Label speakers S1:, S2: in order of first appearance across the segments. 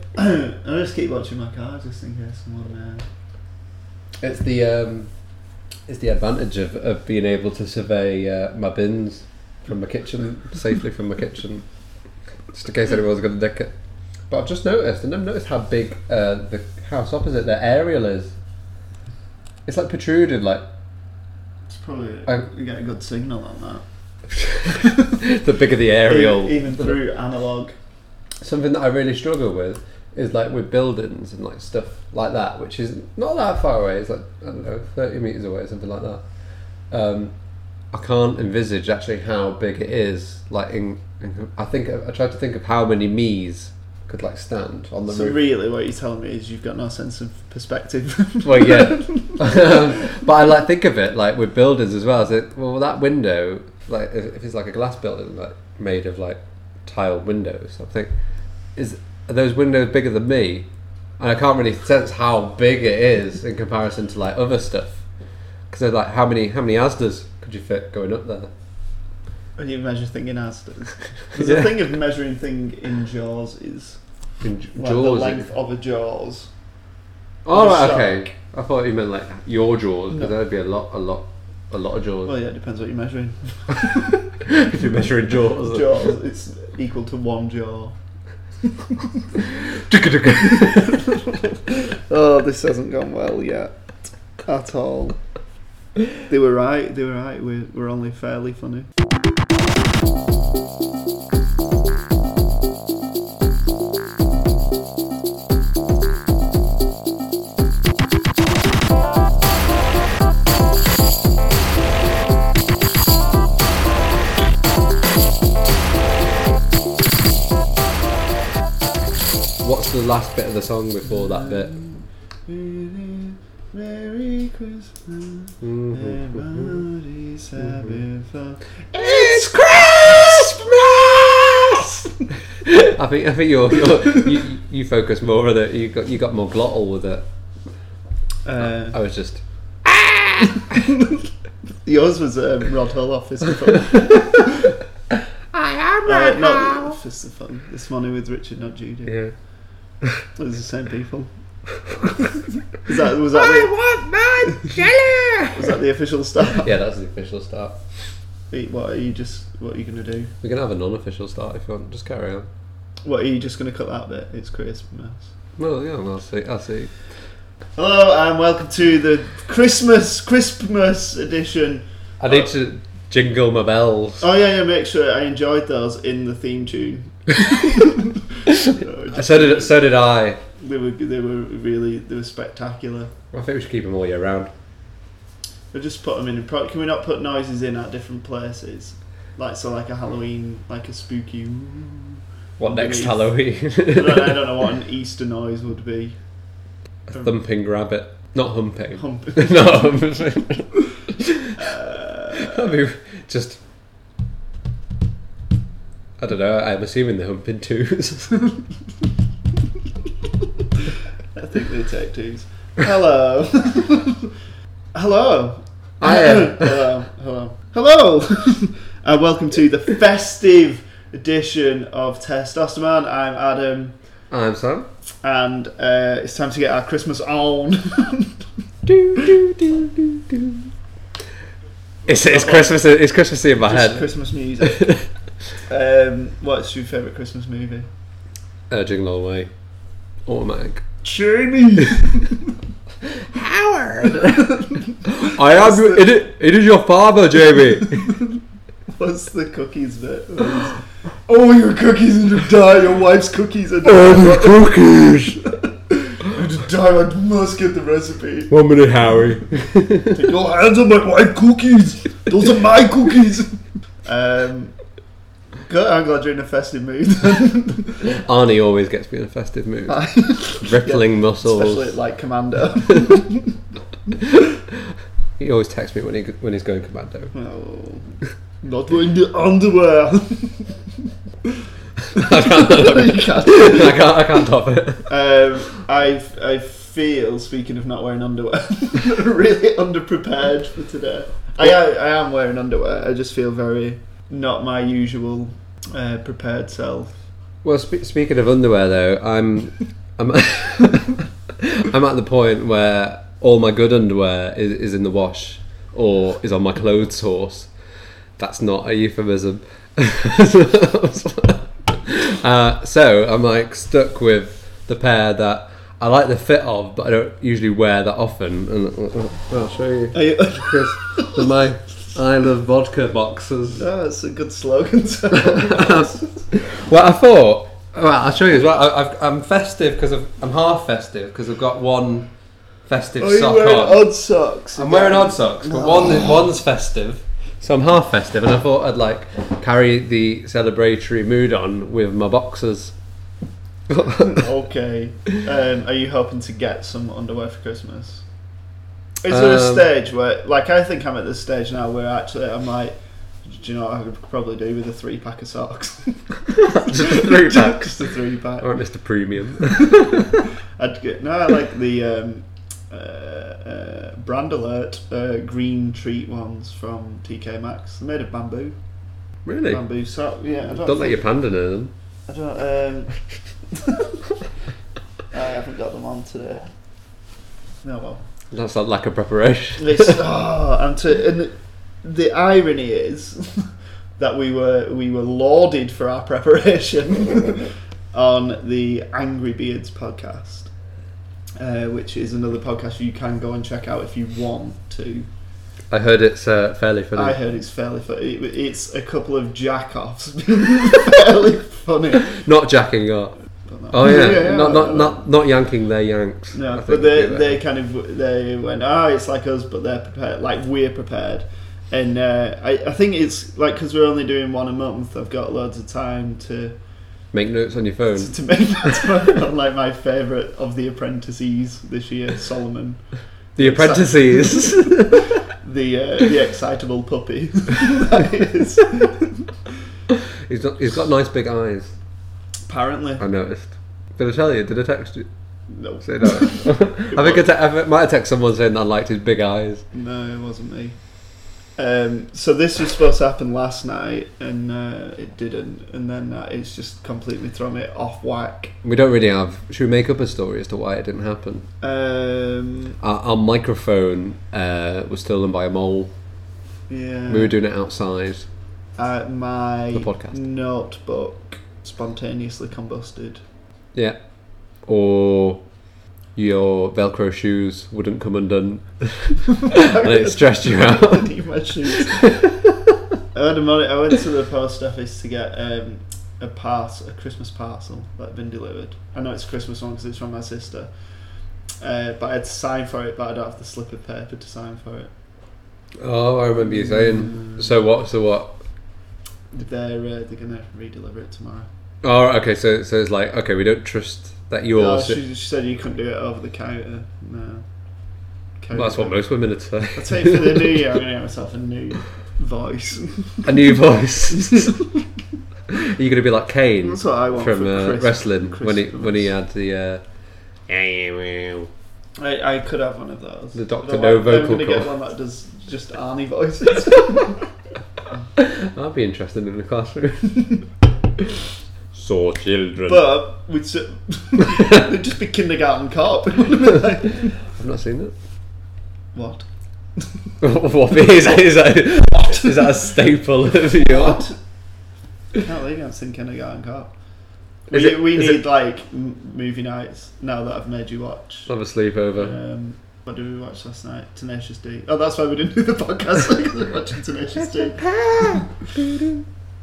S1: I just keep watching my car just in case someone. Uh,
S2: It's the um, it's the advantage of, of being able to survey uh, my bins from my kitchen safely from my kitchen, just in case anyone's going to nick it. But I've just noticed, and I've noticed how big uh, the house opposite their aerial is. It's like protruded, like
S1: it's probably
S2: I-
S1: you get a good signal on that.
S2: the bigger the aerial.
S1: Even, even through analog.
S2: Something that I really struggle with is like with buildings and like stuff like that, which is not that far away. It's like I don't know, thirty meters away, something like that. Um, I can't envisage actually how big it is. Like in, in I think I, tried to think of how many me's could like stand on the
S1: So
S2: roof.
S1: really, what you're telling me is you've got no sense of perspective.
S2: Well, yeah, but I like think of it like with buildings as well. So well, that window, like if if it's like a glass building, like made of like tiled windows, I think is are those windows bigger than me, and I can't really sense how big it is in comparison to like other stuff. Because like how many how many Asdas could you fit going up there?
S1: when you measure thing in Asda's. Because
S2: Yeah.
S1: the thing of measuring thing in jaws is
S2: In j-
S1: like
S2: jaws.
S1: the length of a jaws. of
S2: oh
S1: a
S2: right,
S1: sock.
S2: okay. I thought you meant like your jaws because
S1: No.
S2: that'd be a lot, a lot, a lot of jaws.
S1: Well, yeah, it depends what you're measuring.
S2: if you're measuring jaws.
S1: Jaws, it's equal to one jaw. Oh, this hasn't gone well yet at all. They were right. They were right. We're, we're only fairly funny.
S2: What's the last bit of the song before that bit?
S1: Merry Christmas. Everybody's having fun.
S2: It's Christmas. I think I think you're, you're you you focus more on it. You got you got more glottal with it.
S1: Uh,
S2: I was just
S1: yours was um, Rod Hull Fist of Fun.
S2: I am
S1: Uh, not Fist of Fun. This morning with Richard, not Judy.
S2: Yeah.
S1: It was the same people. Is that, was, that the,
S2: want my jelly.
S1: was that the official start?
S2: yeah, that's the official start.
S1: Wait, What are you just? What are you gonna do?
S2: We can have a non-official start if you want. Just carry on.
S1: What are you just gonna cut that bit? It's Christmas.
S2: Well, yeah, I'll see. I'll see.
S1: Hello and welcome to the Christmas Christmas edition.
S2: I need to jingle my bells.
S1: Oh yeah, yeah. Make sure I enjoyed those in the theme tune. No, just-
S2: So did so did I.
S1: They were they were really they were spectacular.
S2: I think we should keep them all year round.
S1: We just put them in. Pro- Can we not put noises in at different places? Like so, like a Halloween, like a spooky.
S2: What next
S1: Underneath. I
S2: Halloween?
S1: don't, I don't know what an Easter noise would be.
S2: thumping rabbit, not humping.
S1: Hump.
S2: no, humping. I mean, just. I don't know. I'm assuming the humping twos.
S1: I think they take twos. Hello. Hello.
S2: Hiya.
S1: Hello. Hello. Hello. and welcome to the festive edition of Testosterone. I'm Adam,
S2: I'm Sam.
S1: and uh, it's time to get our Christmas on.
S2: Do, do, do, do, do. It's, it's Christmas. It's Christmas in my
S1: Just
S2: head.
S1: Christmas music. um, what's your favourite Christmas movie?
S2: Uh, jingle all the way. Automatic.
S1: Jamie.
S2: Howard. I am. your- It, i- it is your father, Jamie.
S1: What's the cookies bit? Oh, your cookies Oh, and to die. Your wife's cookies and
S2: Um, cookies.
S1: and to die. I must get the recipe.
S2: One minute, Harry.
S1: Take your hands on my white cookies. Those are my cookies. Um, good. I'm glad you're in a festive mood.
S2: Arnie always gets me in a festive mood.
S1: Uh,
S2: Rippling muscles.
S1: Especially at, like Commando.
S2: He always texts me when he when he's going commando.
S1: Oh, not wearing the underwear. You can't.
S2: I can't I can't top it.
S1: Um, I I feel speaking of not wearing underwear, really underprepared for today. I, I I am wearing underwear. I just feel very not my usual uh, prepared self.
S2: Well, spe- speaking of underwear though, I'm I'm, I'm at the point where all my good underwear is, is in the wash or is on my clothes horse. That's not a euphemism. uh, so I'm like stuck with the pair that I like the fit of, but I don't usually wear that often. And uh, I'll show you.
S1: Are you-
S2: Chris, the my I love vodka boxes.
S1: Oh, that's a good slogan.
S2: Well, I thought. Well, I'll show you as well. I, I've, I'm festive because I'm half festive because I've got one festive
S1: Are you
S2: sock
S1: wearing
S2: on.
S1: odd socks?
S2: I'm
S1: again?
S2: wearing odd socks, but one one's festive. So I'm half festive, and I thought I'd like carry the celebratory mood on with my boxers.
S1: Okay. Um, are you hoping to get some underwear for Christmas? Is there a
S2: Um,
S1: stage where, like, I think I'm at this stage now where actually I'm like, do you know what I could probably do with a three pack of socks?
S2: Just a three pack.
S1: Just a three pack.
S2: I want Mr. Premium.
S1: I'd get, no, I like the um, uh, uh, brand alert uh, green treat ones from TK Maxx. They're made of bamboo.
S2: really?
S1: Bamboo sock. Yeah, I don't,
S2: Don't let
S1: think-
S2: your panda know them.
S1: I don't. Um, I haven't got them on today. No, well.
S2: That's like lack of preparation.
S1: It's, oh, and to, and the, the irony is that we were we were lauded for our preparation on the Angry Beards podcast, uh, which is another podcast you can go and check out if you want to.
S2: I heard it's uh, fairly funny.
S1: I heard it's fairly funny. It, it's a couple of jack offs being fairly funny.
S2: Not jacking up.
S1: But no.
S2: Oh yeah, not
S1: I
S2: not
S1: know.
S2: not not yanking their yanks. I
S1: No,
S2: think
S1: but they,
S2: would be
S1: they kind of they went, ah, it's like us, but they're prepared, like we're prepared. And uh, I, I think it's like because we're only doing one a month, I've got loads of time to
S2: better. make notes on your phone.
S1: to, to make that on like my favourite of the apprentices this year, Solomon,
S2: The apprentices.
S1: the uh, the excitable puppy. that is,
S2: he's not, he's got nice big eyes.
S1: apparently,
S2: I noticed. Did I tell you? Did I text you?
S1: no,
S2: Say no. I think I, te- I might have texted someone saying I liked his big eyes.
S1: no, it wasn't me. Um, so this was supposed to happen last night, and uh, it didn't, and then uh, it's just completely thrown it off whack.
S2: We don't really have. Should we make up a story as to why it didn't happen?
S1: Um,
S2: Our, our microphone uh, was stolen by a mole.
S1: yeah.
S2: We were doing it outside.
S1: uh, my
S2: The podcast.
S1: notebook spontaneously combusted.
S2: Yeah. Or your Velcro shoes wouldn't come undone, and it stressed you out.
S1: Bloody my shoes. I, had a moment, I went to the post office to get um, a parcel, a Christmas parcel that had been delivered. I know it's a Christmas one because it's from my sister. Uh, but I had to sign for it, but I don't have the slip of paper to sign for it.
S2: Oh, I remember you saying. So what? So what?
S1: They're uh, they're gonna re-deliver it tomorrow.
S2: Oh, okay. So so it's like okay, we don't trust that you're.
S1: No,
S2: si-
S1: she, she said you couldn't do it over the counter. No,
S2: Well, that's what
S1: Counter-
S2: most women would say.
S1: I'll tell you for the new year, I'm going to get myself a new voice.
S2: a new voice. Are you going to be like Kane
S1: That's what I want
S2: from
S1: for
S2: uh,
S1: Christ-
S2: wrestling when he
S1: Christmas.
S2: when he had the uh, the
S1: I, I could have one of those.
S2: uh, The Dr.
S1: But
S2: No
S1: I'm- I'm
S2: vocal
S1: going to get
S2: call.
S1: one that does just Arnie voices.
S2: I'd be interested in the classroom. so children.
S1: but we'd s- it'd just be kindergarten cop. It would've been like-
S2: I've not seen that.
S1: what?
S2: what is that? Is that, is that a staple of your?
S1: No, they haven't seen kindergarten cop.
S2: Is
S1: we
S2: it-
S1: we
S2: is
S1: need
S2: it-
S1: like m- movie nights now that I've made you watch.
S2: Have a sleepover.
S1: Um, what did we watch last night? Tenacious D. Oh, that's why we didn't do the podcast because we're watching Tenacious D.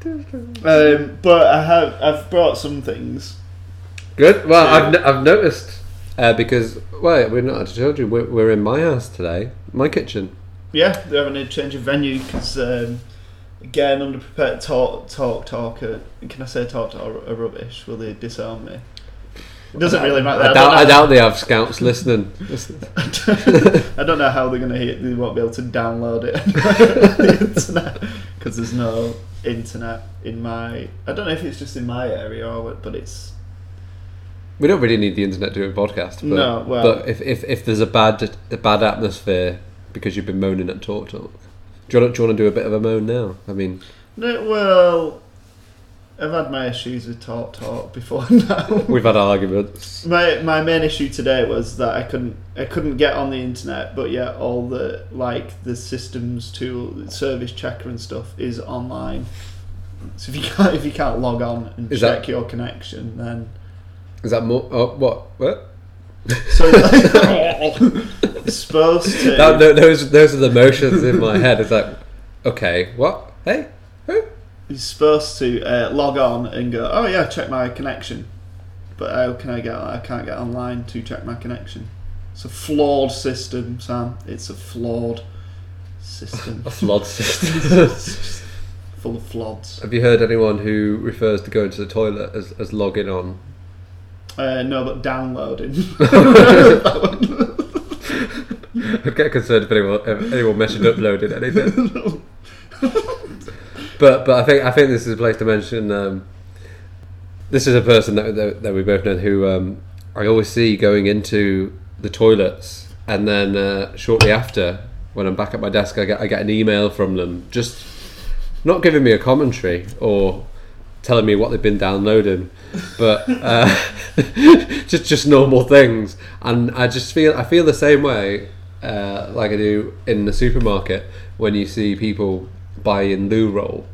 S1: Um, but I have I've brought some things.
S2: Good. Well, I've, n- I've noticed uh, because well, we're not at a children. We're, we're in my house today, my kitchen.
S1: Yeah, they're having a change of venue because um, again, underprepared talk talk talk. Uh, can I say talk talk are rubbish? Will they disown me? It doesn't really matter.
S2: I doubt, I doubt they have scouts listening.
S1: I don't know how they're going to hear. They won't be able to download it on the internet because there's no internet in my. I don't know if it's just in my area or what, but it's
S2: we don't really need the internet to do a podcast. But,
S1: No, well-
S2: but if, if, if there's a bad a bad atmosphere because you've been moaning at Talk Talk, do you want to do, you want to do a bit of a moan now? I mean,
S1: no. Well, I've had my issues with talk talk before now.
S2: We've had arguments.
S1: My my main issue today was that I couldn't I couldn't get on the internet, but yet all the like the systems tool service checker and stuff is online. So if you can't if you can't log on and
S2: Is
S1: check
S2: that-
S1: your connection, then
S2: Is that more? Oh, what? What?
S1: so it's like- it's supposed to
S2: That, tho- those those are the motions in my head. It's like, okay, what? Hey, who?
S1: you're supposed to uh, log on and go, oh yeah, check my connection. But how can I get? I can't get online to check my connection. It's a flawed system, Sam. It's a flawed system
S2: A flawed system.
S1: full of flaws.
S2: Have you heard anyone who refers to going to the toilet as, as logging on?
S1: Uh, no, but downloading.
S2: I'd get concerned if anyone if anyone mentioned uploading anything. but but I think I think this is a place to mention. Um, this is a person that, that, that we both know who um, I always see going into the toilets, and then uh, shortly after, when I'm back at my desk, I get I get an email from them just not giving me a commentary or telling me what they've been downloading, but uh, just just normal things. And I just feel I feel the same way uh, like I do in the supermarket when you see people buying loo roll,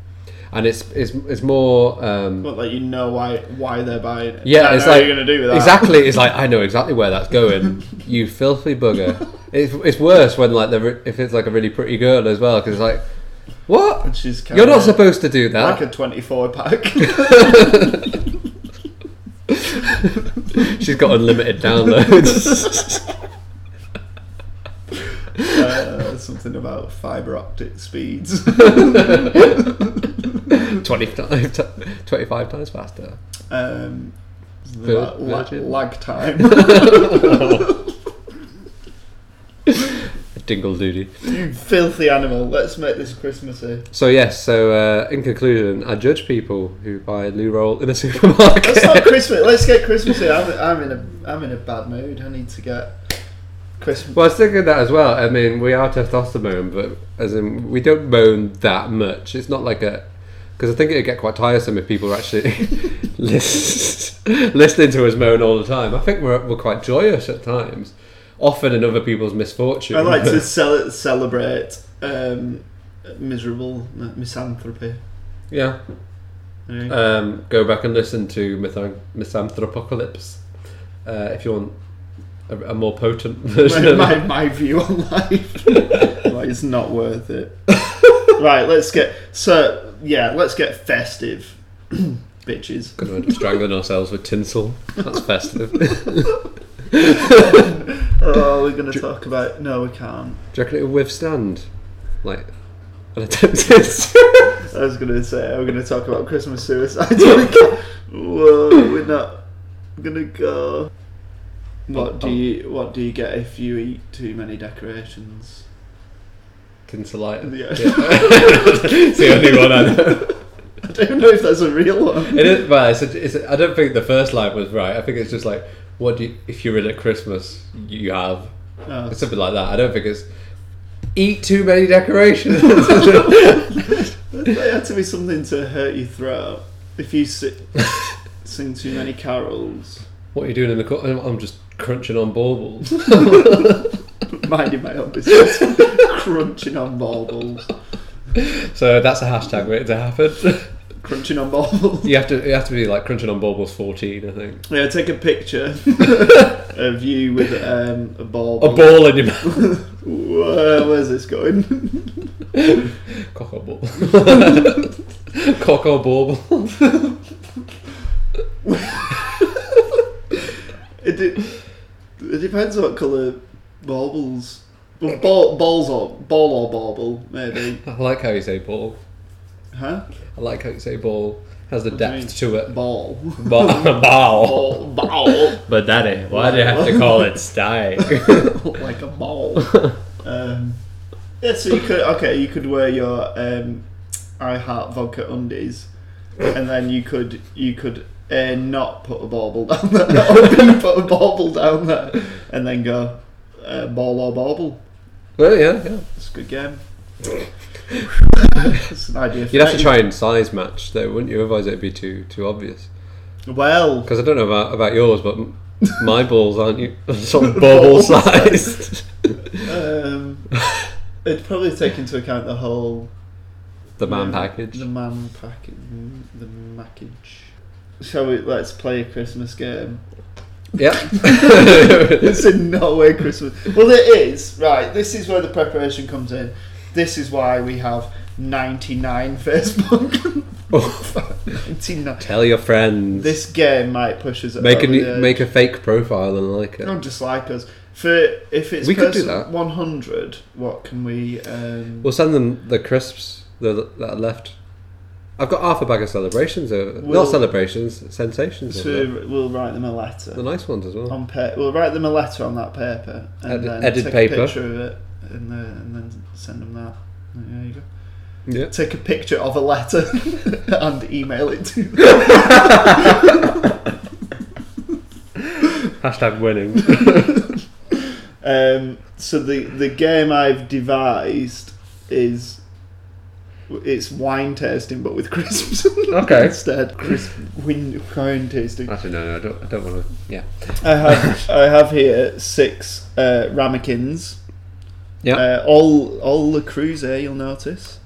S2: and it's it's it's more. Um,
S1: Won't let you know why why they're buying it.
S2: yeah,
S1: I
S2: it's
S1: know
S2: like
S1: what you're gonna do with that.
S2: exactly. It's like I know exactly where that's going. you filthy bugger. It's, it's worse when like the re- if it's like a really pretty girl as well because it's like what
S1: And she's
S2: you're not
S1: carrying
S2: supposed to do that.
S1: like a 24 pack.
S2: She's got unlimited downloads.
S1: uh, something about fiber optic speeds.
S2: 25, ti 25 times faster.
S1: Um, something
S2: Vir-
S1: about la-
S2: virgin.
S1: lag time.
S2: Dingle doody.
S1: you filthy animal. Let's make this Christmassy.
S2: So yes, so uh, in conclusion, I judge people who buy loo roll in a supermarket.
S1: That's not Christmas. Let's get Christmassy. I'm, I'm in a I'm in a bad mood. I need to get Christmas.
S2: Well, I was thinking that as well. I mean, we are testosterone, but as in, we don't moan that much. It's not like a. Because I think it'd get quite tiresome if people were actually lis- listening to us moan all the time. I think we're, we're quite joyous at times, often in other people's misfortune.
S1: I like to cel- celebrate um, miserable uh, misanthropy.
S2: yeah.
S1: Right?
S2: Um, go back and listen to Myth- Misanthropocalypse uh, if you want a, a more potent version
S1: my,
S2: of
S1: my, my view on life. like, it's not worth it. right, let's get. So, yeah, let's get festive, bitches.
S2: Gonna end up strangling ourselves with tinsel. That's festive. Do
S1: Oh, we're going to talk about. No, we can't.
S2: you reckon it'll withstand? Like, an attempted.
S1: I was going to say, we're going to talk about Christmas suicide. Whoa, we're not going to go. What do you What do you get if you eat too many decorations?
S2: Tinselite.
S1: Yeah.
S2: It's the only one I know.
S1: I don't know if that's a real one.
S2: It is, well, it's a, it's a, I don't think the first line was right. I think it's just like, what do you, if you're in at Christmas, you have.
S1: Oh,
S2: It's something like that. I don't think it's eat too many decorations.
S1: There had to be something to hurt your throat if you si- sing too many carols.
S2: What are you doing in the co- I'm I'm just crunching on baubles.
S1: Minding my own business, crunching on baubles,
S2: so that's a hashtag waiting to happen.
S1: crunching on baubles.
S2: you have to you have to be like crunching on baubles fourteen, I think.
S1: Yeah, take a picture of you with um, a
S2: A
S1: bauble.
S2: ball in your mouth.
S1: Whoa, where's this going?
S2: Cock or ball. Cock or bauble.
S1: It, de- it depends what colour baubles. Well, ball, balls or ball or bauble, maybe,
S2: I like how you say ball.
S1: huh?
S2: I like how you say ball. Has the
S1: What do you
S2: depth to it.
S1: Ball,
S2: Ba- ball.
S1: ball, ball.
S2: But daddy, why do you have to call it stag?
S1: like a ball. um, yeah, so you could okay, you could wear your um, I heart vodka undies, and then you could you could uh, not put a bauble down there, or you put a bauble down there, and then go uh, ball or bauble.
S2: well, yeah, yeah.
S1: It's a good game. That's an idea. for
S2: You'd have to
S1: next-
S2: try and size match though, wouldn't you? Otherwise, it'd be too too obvious.
S1: Well,
S2: Because I don't know about, about yours, but m- my balls aren't you sort of bubble sized.
S1: um, it'd probably take into account the whole
S2: the man
S1: Yeah,
S2: package.
S1: The man package. The package. Shall we? Let's play a Christmas game.
S2: Yeah.
S1: It's in no way Christmas. Well, it is right. This is where the preparation comes in. This is why we have ninety-nine Facebook.
S2: Oh.
S1: ninety-nine.
S2: Tell your friends.
S1: This oh, game might push us
S2: make a
S1: over
S2: new-
S1: the edge.
S2: make a fake profile and like it.
S1: Don't dislike us. For if it's
S2: We could do
S1: person
S2: that.
S1: 100, what can we? Um,
S2: We'll send them the crisps that that are left. I've got half a bag of celebrations. Over,
S1: We'll-
S2: not celebrations, sensations. over
S1: to, Oh. we'll write them a
S2: there. The
S1: letter.
S2: nice ones as well.
S1: On pa- we'll write them a letter on that paper and
S2: Edi-
S1: then
S2: edited
S1: take
S2: paper.
S1: a picture of it and, uh, and then send them that. There you go.
S2: Yeah.
S1: Take a picture of a letter and email it to them.
S2: Hashtag winning.
S1: Um, so the the game I've devised is it's wine tasting but with crisps
S2: Okay. Ah.
S1: instead. Crisp win- wine tasting.
S2: Actually, no, no, I don't. I don't want to. Yeah.
S1: I have I have here six uh, ramekins.
S2: Yeah.
S1: Uh, all all Le Creuset, you'll notice.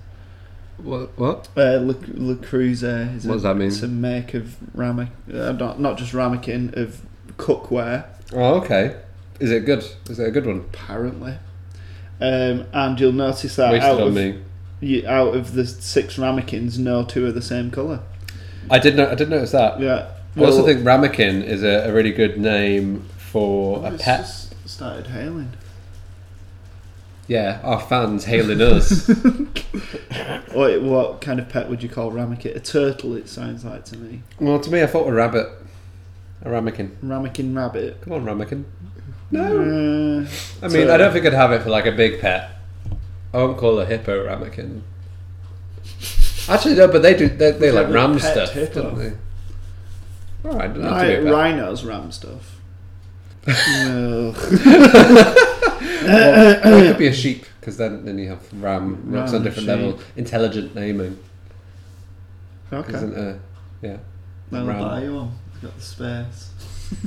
S2: what? What?
S1: Uh, Le, Le Creuset is
S2: What
S1: a,
S2: does that mean?
S1: It's a make of ramekin, uh, not, not just ramekin, of cookware,
S2: Oh, okay. Is it good? Is it a good one?
S1: apparently. Um, and you'll notice that
S2: Wasted
S1: out
S2: on
S1: of,
S2: me.
S1: you- out of the six ramekins, no two are the same colour.
S2: I did. not I did notice that.
S1: Yeah.
S2: I also think ramekin is a, a really good name for a
S1: it's
S2: pet.
S1: just started hailing.
S2: Yeah, our fans hailing us.
S1: What, what kind of pet would you call ramekin? A turtle, it sounds like to me.
S2: well, to me, I thought a rabbit, a ramekin.
S1: Ramekin rabbit.
S2: Come on, ramekin. No,
S1: Uh,
S2: I mean, I don't think I'd have it for like a big pet. I won't call a hippo ramekin. Actually, no, but they do. They, they
S1: It's
S2: like
S1: like a
S2: ram
S1: pet
S2: stuff,
S1: hippo.
S2: don't they? All right, doesn't have to be a
S1: Ri-
S2: pet.
S1: rhinos ram stuff. Ugh.
S2: Or- or it could be a sheep because then then you have ram.
S1: Ram,
S2: It's on a
S1: sheep.
S2: different level. Intelligent naming,
S1: okay.
S2: isn't it? Yeah.
S1: Well,
S2: ram.
S1: I'll buy you one. I've got the space.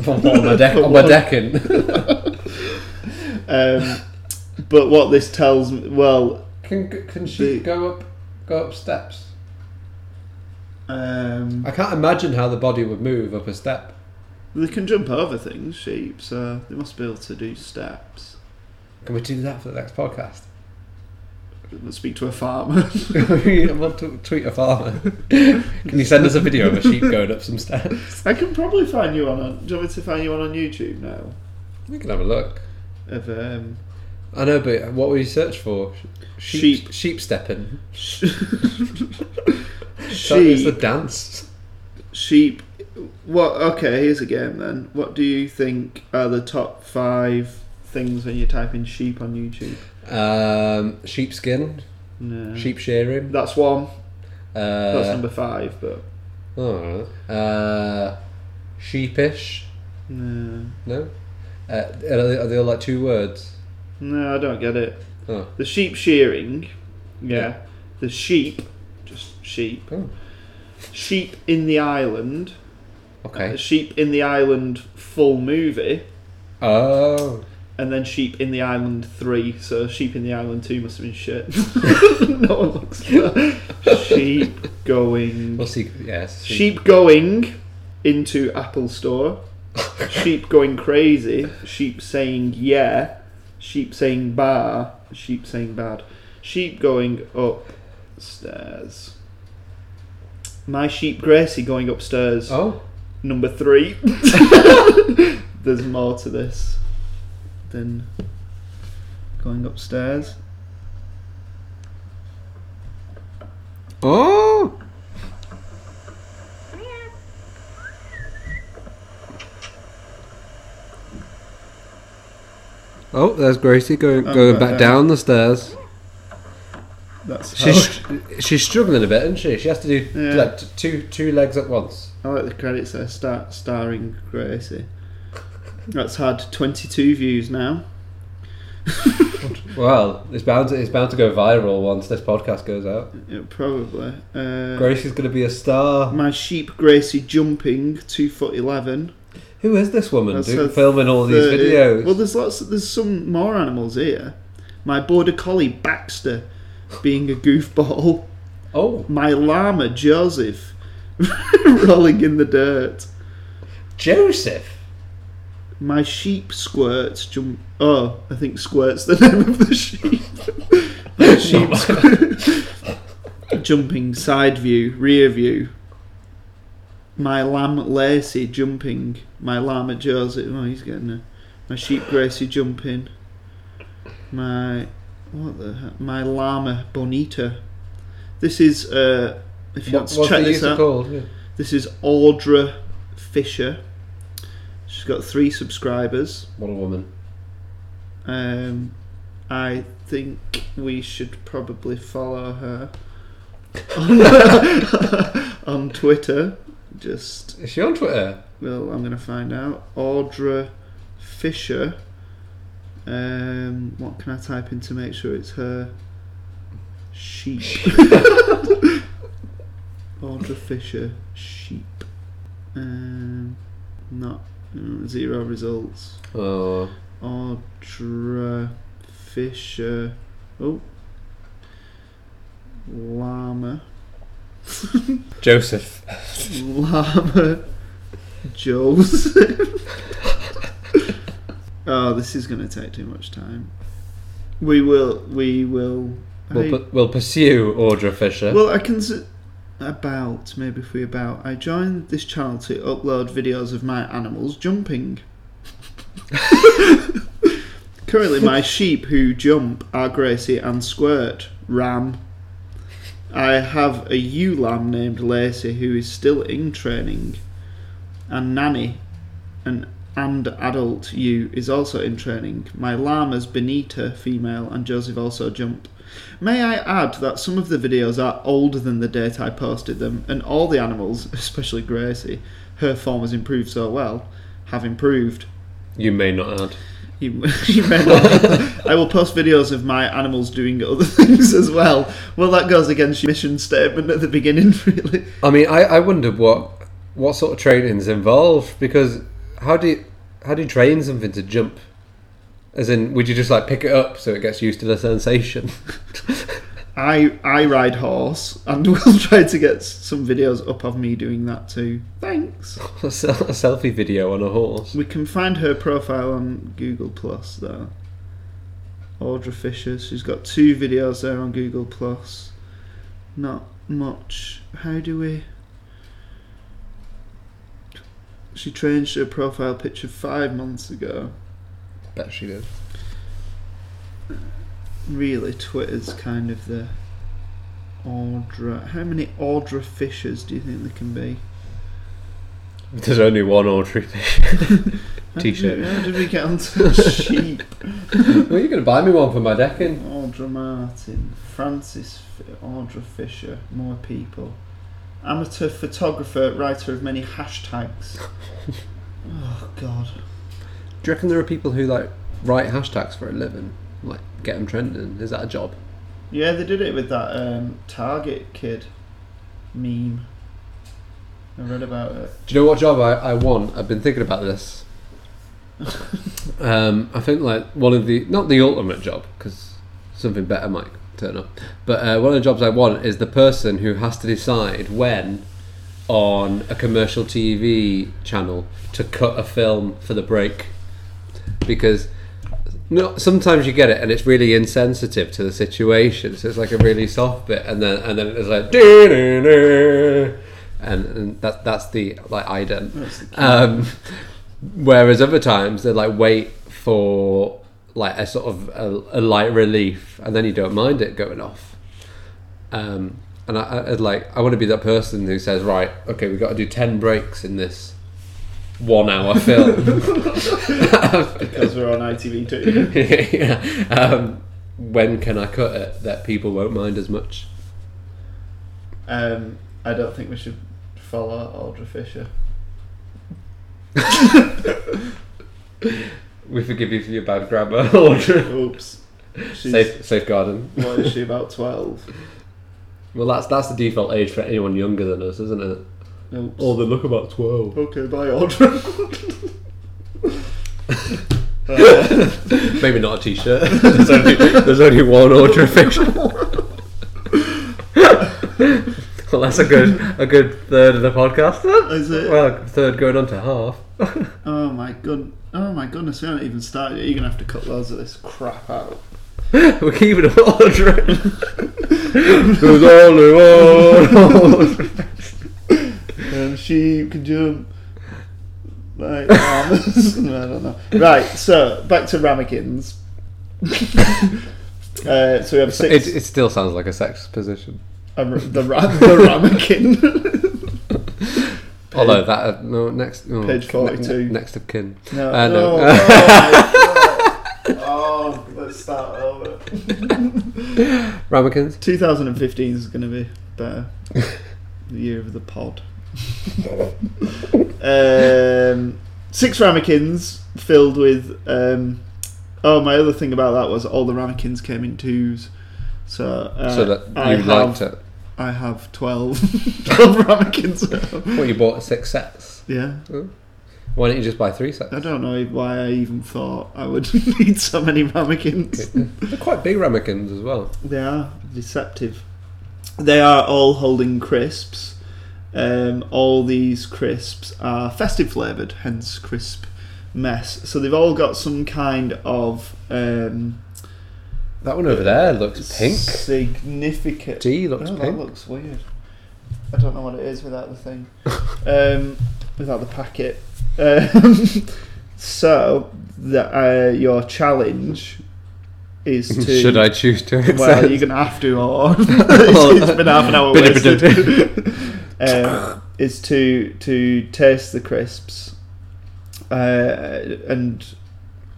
S2: on my deck, on my decking.
S1: Um, but what this tells me, well,
S2: Can can
S1: The-
S2: sheep go up go up steps?
S1: um,
S2: I can't imagine how the body would move up a step.
S1: they can jump over things, sheep, so they must be able to do steps.
S2: Can we do that for the next podcast?
S1: Let's speak to a farmer.
S2: we'll t- tweet a farmer. Can you send us a video of a sheep going up some steps?
S1: I can probably find you one on. Do you want me to find you one on YouTube now?
S2: We can have a look.
S1: Of um,
S2: I know, but what would you search for?
S1: Sheep.
S2: Sheep sheep stepping. That is the
S1: sheep.
S2: dance.
S1: Sheep. What? Okay, here's a game then. What do you think are the top five things when you type in sheep on YouTube?
S2: Um, sheepskin,
S1: No.
S2: sheep shearing.
S1: That's one. That's
S2: Uh, oh,
S1: number five, but
S2: all right. uh, sheepish.
S1: no,
S2: No. Uh, are they, are they all like two words?
S1: no, I don't get it.
S2: Oh.
S1: The sheep shearing, yeah.
S2: Yeah.
S1: The sheep, just sheep.
S2: Oh.
S1: Sheep in the island.
S2: Okay.
S1: Sheep in the island full movie,
S2: Oh.
S1: and then sheep in the island three. So sheep in the island two must have been shit. no one looks. at that. sheep going.
S2: We'll see. Yes.
S1: Sheep going into Apple Store. sheep going crazy. Sheep saying yeah. Sheep saying bar. Sheep saying bad. Sheep going upstairs. My sheep Gracie going upstairs.
S2: Oh.
S1: Number three. There's more to this than going upstairs.
S2: Oh. Oh, there's Gracie going
S1: Oh,
S2: going
S1: right
S2: back
S1: there. Oh.
S2: down the stairs.
S1: That's how-
S2: She's she's struggling a bit, isn't she? She has to do
S1: Yeah.
S2: like t- two two legs at once.
S1: I like the credits there, start starring Gracie. That's had 22 views now.
S2: Well, it's bound to it's bound to go viral once this podcast goes out.
S1: Yeah, probably. Uh,
S2: Grace is going to be a star.
S1: My sheep Gracie jumping two foot eleven.
S2: Who is this woman
S1: That's
S2: do,
S1: her
S2: filming all these
S1: Thirty-
S2: videos?
S1: Well, there's lots. There's some more animals here. My border collie Baxter being a goofball.
S2: oh,
S1: My llama Joseph rolling in the dirt.
S2: Joseph.
S1: My sheep squirts jump. Oh, I think squirts the name of the sheep. My sheep squirt- jumping side view, rear view. My lamb Lacey jumping. My llama Joseph. Oh, he's getting a. My sheep Gracie jumping. My what the heck? my llama Bonita. This is uh. If you
S2: What-
S1: want to
S2: what's
S1: check
S2: the
S1: this
S2: user
S1: out,
S2: called? Yeah.
S1: this is Audra Fisher. She's got three subscribers.
S2: What a woman.
S1: Um, I think we should probably follow her on, on Twitter. Just,
S2: Is she on Twitter?
S1: well, I'm going to find out. Audra Fisher. Um, what can I type in to make sure it's her? Sheep. Audra Fisher, sheep. Um, not mm, zero results.
S2: Oh,
S1: Audra Fisher. Oh. Llama.
S2: Joseph.
S1: Llama. Joseph. oh, this is going to take too much time. We will. We will.
S2: We'll,
S1: I-
S2: pu- we'll pursue Audra Fisher.
S1: Well, I can. s- About, maybe if we about. I joined this channel to upload videos of my animals jumping. Currently, my sheep who jump are Gracie and Squirt. Ram. I have a ewe lamb named Lacey who is still in training, and Nanny, an and adult ewe, is also in training. My llamas Benita, female, and Joseph also jump. May I add that some of the videos are older than the date I posted them, and all the animals, especially Gracie, her form has improved so well, have improved.
S2: you may not add.
S1: You, you may not. I will post videos of my animals doing other things as well. Well, that goes against your mission statement at the beginning, really.
S2: I mean, I, I wonder what what sort of training's involved because how do you, how do you train something to jump? As in, would you just like pick it up so it gets used to the sensation?
S1: I I ride horse, and we'll try to get some videos up of me doing that too. Thanks.
S2: a, sel- a selfie video on a horse.
S1: We can find her profile on Google Plus though. Audra Fisher, she's got two videos there on Google Plus. Not much. How do we? She changed her profile picture five months ago.
S2: Bet she did.
S1: Really, Twitter's kind of the Audra. How many Audra Fishers do you think there can be?
S2: There's only one Audrey Fisher.
S1: How did
S2: T-shirt.
S1: we- How did we get onto sheep?
S2: well, you're gonna buy me one for my decking.
S1: Audra Martin, Francis, F- Audra Fisher, more people. Amateur photographer, writer of many hashtags. oh God,
S2: Do you reckon there are people who like write hashtags for a living, like get them trending? Is that a job?
S1: yeah, they did it with that um, Target kid meme. I read about it.
S2: Do you know what job I, I want? I've been thinking about this. um, I think like one of the not the ultimate job because something better might turn up, but uh, one of the jobs I want is the person who has to decide when on a commercial TV channel to cut a film for the break because. No, sometimes you get it, and it's really insensitive to the situation. So it's like a really soft bit, and then and then it's like, "Dee-dee-dee," and, and that that's the like ident.
S1: That's the key.
S2: Um, whereas other times they like wait for like a sort of a, a light relief, and then you don't mind it going off. Um, and I, I I'd like I want to be that person who says, right, okay, we've got to do ten breaks in this one hour film.
S1: because we're on ITV too.
S2: yeah. Um, when can I cut it that people won't mind as much?
S1: Um, I don't think we should follow Audra Fisher.
S2: We forgive you for your bad grammar, Audra.
S1: Oops. She's,
S2: Safe, safeguarding.
S1: What is she, about 12?
S2: Well, that's that's the default age for anyone younger than us, isn't it?
S1: Oops.
S2: Oh, they look about twelve.
S1: Okay, bye, Audra. Uh,
S2: Maybe not a t-shirt. there's, only, there's only one order of fish. well, that's a good a good third of the podcast. Then.
S1: Is it?
S2: Well, third going on to half.
S1: oh my good. Oh my goodness, we haven't even started yet. You're going to have to cut loads of this crap out.
S2: We're keeping it ordering. there's only one order.
S1: And Um, she can jump like llamas. No, I don't know. Right, so back to ramekins. uh, so we have six.
S2: It, it still sounds like a sex position.
S1: a r- the, ra- the ramekin.
S2: Although that uh, no next oh,
S1: Page 42.
S2: ne- next of kin.
S1: no,
S2: Uh,
S1: no.
S2: no.
S1: Oh, my God. oh, let's start over.
S2: Ramekins.
S1: 2015 is going to be better. the year of the pod. um, six ramekins filled with. Um, oh, my other thing about that was all the ramekins came in twos. So, uh,
S2: so that you
S1: I
S2: liked
S1: have,
S2: it.
S1: I have 12, 12 ramekins.
S2: What you bought six sets.
S1: yeah.
S2: Why don't you just buy three sets?
S1: I don't know why I even thought I would need so many ramekins.
S2: They're quite big ramekins as well.
S1: They are deceptive. They are all holding crisps. Um, all these crisps are festive flavoured, hence crisp mess. So they've all got some kind of um,
S2: That one over there looks pink.
S1: significant.
S2: G looks
S1: oh, that
S2: pink.
S1: looks weird. I don't know what it is without the thing, um, without the packet. Um, so the, uh, your challenge is to
S2: Should I choose to accept?
S1: well, you're gonna have to, or it's, it's been half an hour
S2: Bit of a
S1: wasted. um, is to to taste the crisps uh, and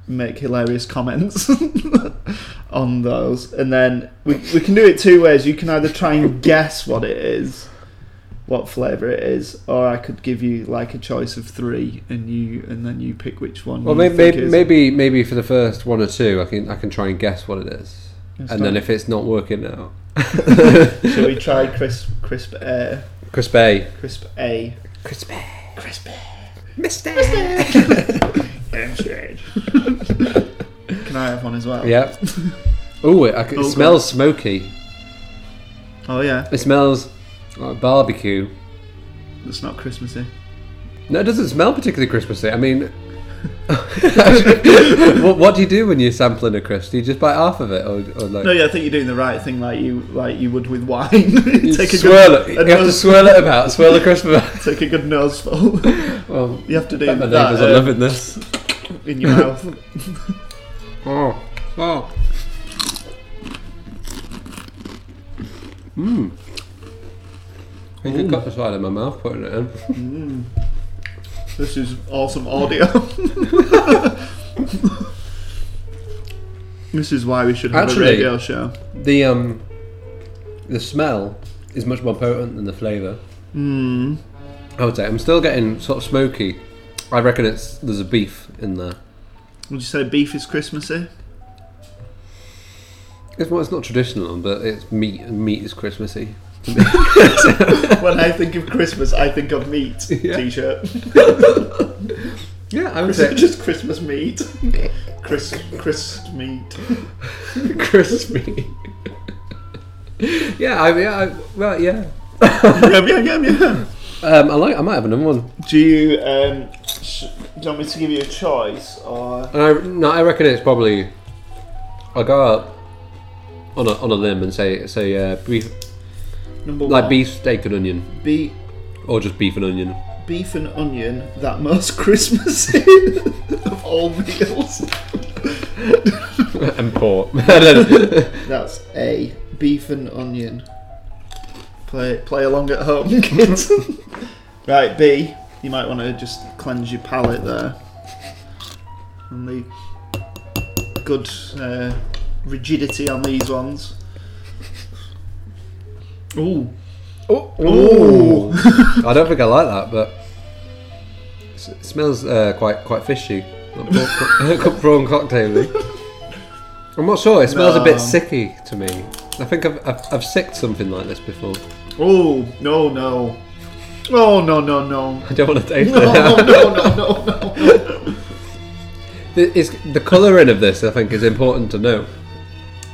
S1: make hilarious comments on those, and then we we can do it two ways. You can either try and guess what it is. What flavour it is, or I could give you like a choice of three, and you and then you pick which one.
S2: Well,
S1: you
S2: maybe,
S1: think
S2: maybe
S1: it is.
S2: maybe maybe for the first one or two, I can I can try and guess what it is,
S1: It's
S2: and then
S1: not-
S2: if it's not working out,
S1: Shall we try crisp crisp air
S2: crisp A,
S1: crisp A
S2: crisp A,
S1: crisp air.
S2: Mister.
S1: Can I have one as well?
S2: Yeah. Ooh, it, I c- it
S1: Oh, God.
S2: smells smoky.
S1: Oh yeah.
S2: It smells like barbecue.
S1: It's not Christmassy.
S2: No, it doesn't smell particularly Christmassy. I mean, what, what do you do when you're sampling a crisp? Do you just bite half of it, or, or like
S1: No, yeah, I think you're doing the right thing, like you like you would with wine. take a
S2: swirl
S1: good,
S2: it?
S1: a
S2: You have to
S1: nose-
S2: swirl it about. Swirl the crisp about.
S1: take a good noseful.
S2: Well,
S1: you have to do
S2: my neighbours
S1: that
S2: are
S1: uh,
S2: loving this.
S1: in your mouth.
S2: Oh, oh. Mmm. I think I got the side of my mouth putting it in.
S1: This is awesome audio. this is why we should have
S2: Actually-
S1: a radio show.
S2: The um, the smell is much more potent than the flavour.
S1: Mm.
S2: I would say I'm still getting sort of smoky. I reckon it's there's a beef in there.
S1: Would you say beef is Christmassy?
S2: It's well, it's not traditional, but it's meat, and meat is Christmassy.
S1: when I think of Christmas, I think of meat.
S2: Yeah.
S1: T-shirt.
S2: Yeah, I would
S1: Is it just Christmas meat? Chris, Chris meat.
S2: crispy. yeah, I, yeah, I, well, yeah.
S1: Yum, yum, yum, yum.
S2: Um, I like. I might have another one.
S1: Do you um, sh- do you want me to give you a choice or?
S2: And I, no, I reckon it's probably. I'll go out on a, on a limb and say say uh, beef,
S1: Number
S2: like
S1: one,
S2: beef steak and onion,
S1: be-
S2: or just beef and onion.
S1: beef and onion, that most Christmassy of all meals.
S2: and pork. I don't know.
S1: That's A. Beef and onion. Play play along at home, kids. right, B. You might want to just cleanse your palate there. And the good uh, rigidity on these ones. Ooh.
S2: Oh,
S1: Ooh.
S2: I don't think I like that, but s- it smells uh, quite quite fishy. Like pork- Prawn cocktail. I'm not sure. It smells a bit
S1: No.
S2: sicky to me. I think I've, I've, I've sicked something like this before.
S1: Oh no no. Oh no no no.
S2: I don't want to taste
S1: No
S2: it. now.
S1: no no no no no.
S2: The- It's, the colouring of this, I think, is important to note.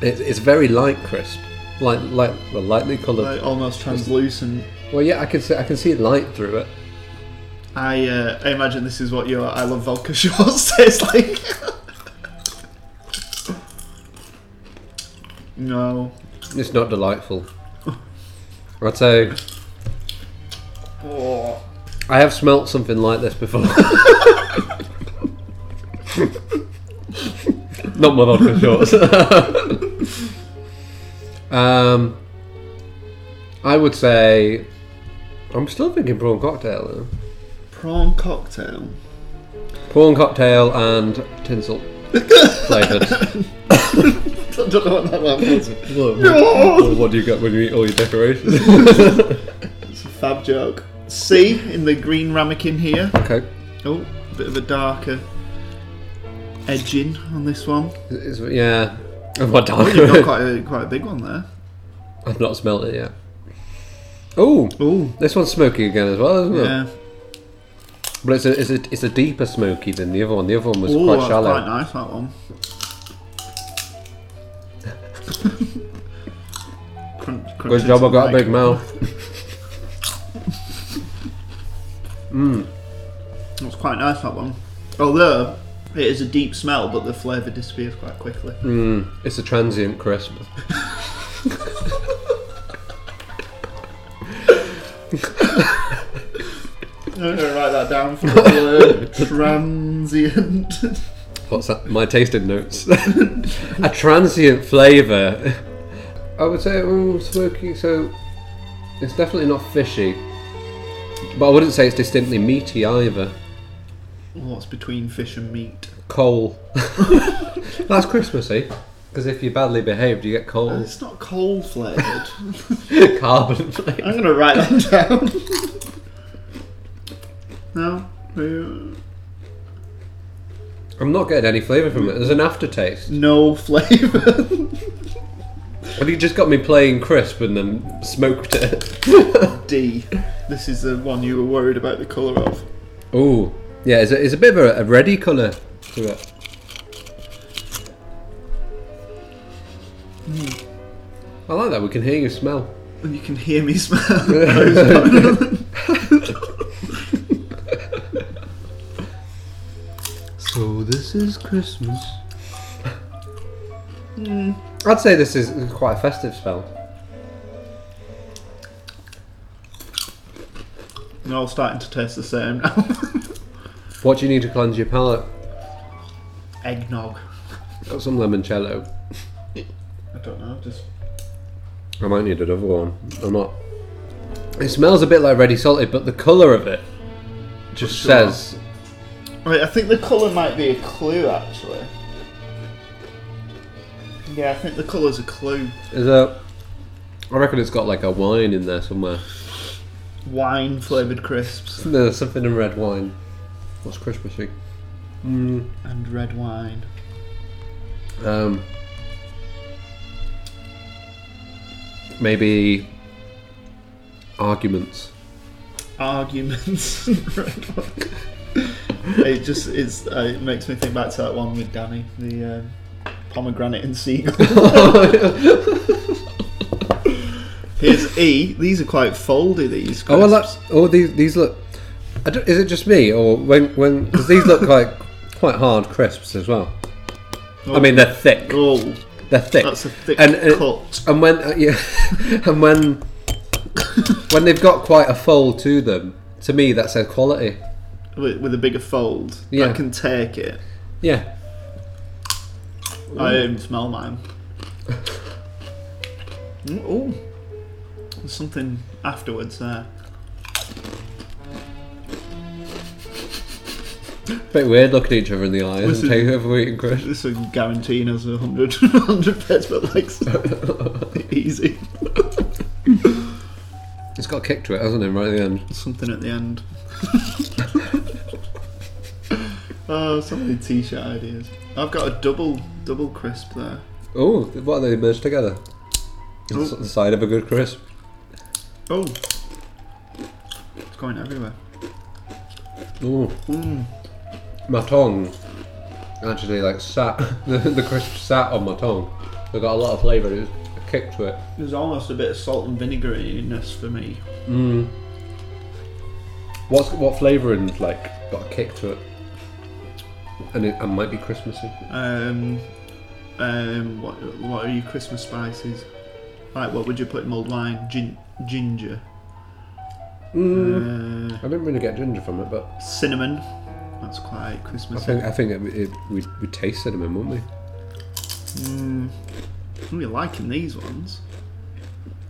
S2: It's, it's very light crisp, light, light, well, lightly coloured.
S1: Like, almost translucent.
S2: Well, yeah, I can see, I can see light through it.
S1: I uh, I imagine this is what your I love vodka shots tastes like. no.
S2: It's not delightful. I'd say
S1: Oh.
S2: I have smelt something like this before. Not my vodka shorts. um, I would say I'm still thinking prawn cocktail though.
S1: Prawn cocktail.
S2: Prawn cocktail and tinsel flavoured.
S1: I don't know what that one was.
S2: Well, what do you get when you eat all your decorations?
S1: It's a fab joke. C in the green ramekin here.
S2: okay,
S1: Oh, bit of a darker edging on this one.
S2: It's- yeah. I've
S1: You've
S2: got
S1: got
S2: darker.
S1: quite a quite a big one there.
S2: I've not smelt it yet. Oh,
S1: Oh,
S2: this one's smoky again as well, isn't it?
S1: yeah.
S2: But it's a, it's a, it's a deeper smoky than the other one. The other one was
S1: Oh,
S2: quite
S1: that's
S2: shallow.
S1: quite nice that one. crunch, crunch
S2: Good
S1: into
S2: job,
S1: the
S2: I got a
S1: mic.
S2: big mouth.
S1: That's quite nice that one. Although it is a deep smell, but the flavour disappears quite quickly.
S2: Mm, it's a transient crisp.
S1: I'm gonna write that down for the word transient.
S2: What's that? My tasting notes. a transient flavour. I would say mm, smoky, so it's definitely not fishy. But I wouldn't say it's distinctly meaty either.
S1: What's between fish and meat?
S2: Coal. That's Christmassy. Because if you're badly behaved, you get coal.
S1: It's not coal flavoured.
S2: Carbon flavour.
S1: I'm gonna write that down. no. we-
S2: I'm not getting any flavour from it. There's an aftertaste.
S1: No flavour.
S2: Well, you just got me playing crisp and then smoked it.
S1: D. This is the one you were worried about the colour of.
S2: Ooh, yeah, it's a, it's a bit of a, a reddy colour to it. Hmm. I like that. We can hear you smell.
S1: And you can hear me smell. I was going-
S2: So Oh, this is Christmas. I'd say this is quite a festive smell.
S1: They're all starting to taste the same now.
S2: What do you need to cleanse your palate?
S1: Eggnog.
S2: Got some limoncello.
S1: I don't know. Just
S2: I might need another one. I'm not. It smells a bit like ready salted, but the colour of it just
S1: Sure.
S2: says
S1: Wait, I think the colour might be a clue actually. Yeah, I think the colour's a clue.
S2: Is a. I reckon it's got like a wine in there somewhere.
S1: Wine flavoured crisps
S2: There's something in red wine. What's Christmassy?
S1: and red wine.
S2: Um, maybe arguments.
S1: Arguments and red wine. It just it's, uh, it makes me think back to that one with Danny, the um pomegranate and seagull.
S2: oh,
S1: Here's E. These are quite foldy. These.
S2: well,
S1: crisps.
S2: that's, oh, these these look. I don't, is it just me, or when when? Cause these look like quite hard crisps as well. I mean, they're thick.
S1: Oh,
S2: They're thick.
S1: that's a thick
S2: And- and-
S1: cut.
S2: And when uh, yeah, and when when they've got quite a fold to them, to me that says quality.
S1: With, with a bigger fold. I
S2: Yeah.
S1: can take it.
S2: Yeah.
S1: I don't even smell mine. Oh, there's something afterwards there.
S2: Bit weird looking at each other in the eye, isn't
S1: Listen.
S2: it? Over eating Chris.
S1: This is guaranteeing us a hundred, hundred pets, but like easy.
S2: It's got a kick to it, hasn't it, right at the end?
S1: Something at the end. Oh, so many t-shirt ideas. I've got a double double crisp there.
S2: Oh, what are they merged together?
S1: Oh.
S2: It's The side of a good crisp.
S1: Oh, it's going everywhere.
S2: Ooh.
S1: Mm.
S2: My tongue actually like sat the, the crisp sat on my tongue. It got a lot of flavour. It was a kick to it.
S1: There's almost a bit of salt and vinegariness for me.
S2: Mm. What's what flavouring's like got a kick to it, and it, and might be Christmassy.
S1: Um, um, what what are your Christmas spices? Like, what would you put in mulled wine? Gin- ginger,
S2: Mm.
S1: uh,
S2: I didn't really get ginger from it, but
S1: cinnamon. That's quite
S2: I
S1: Christmas.
S2: think I think it, it, we we taste cinnamon, wouldn't we?
S1: Mm. Ooh, you're liking these ones.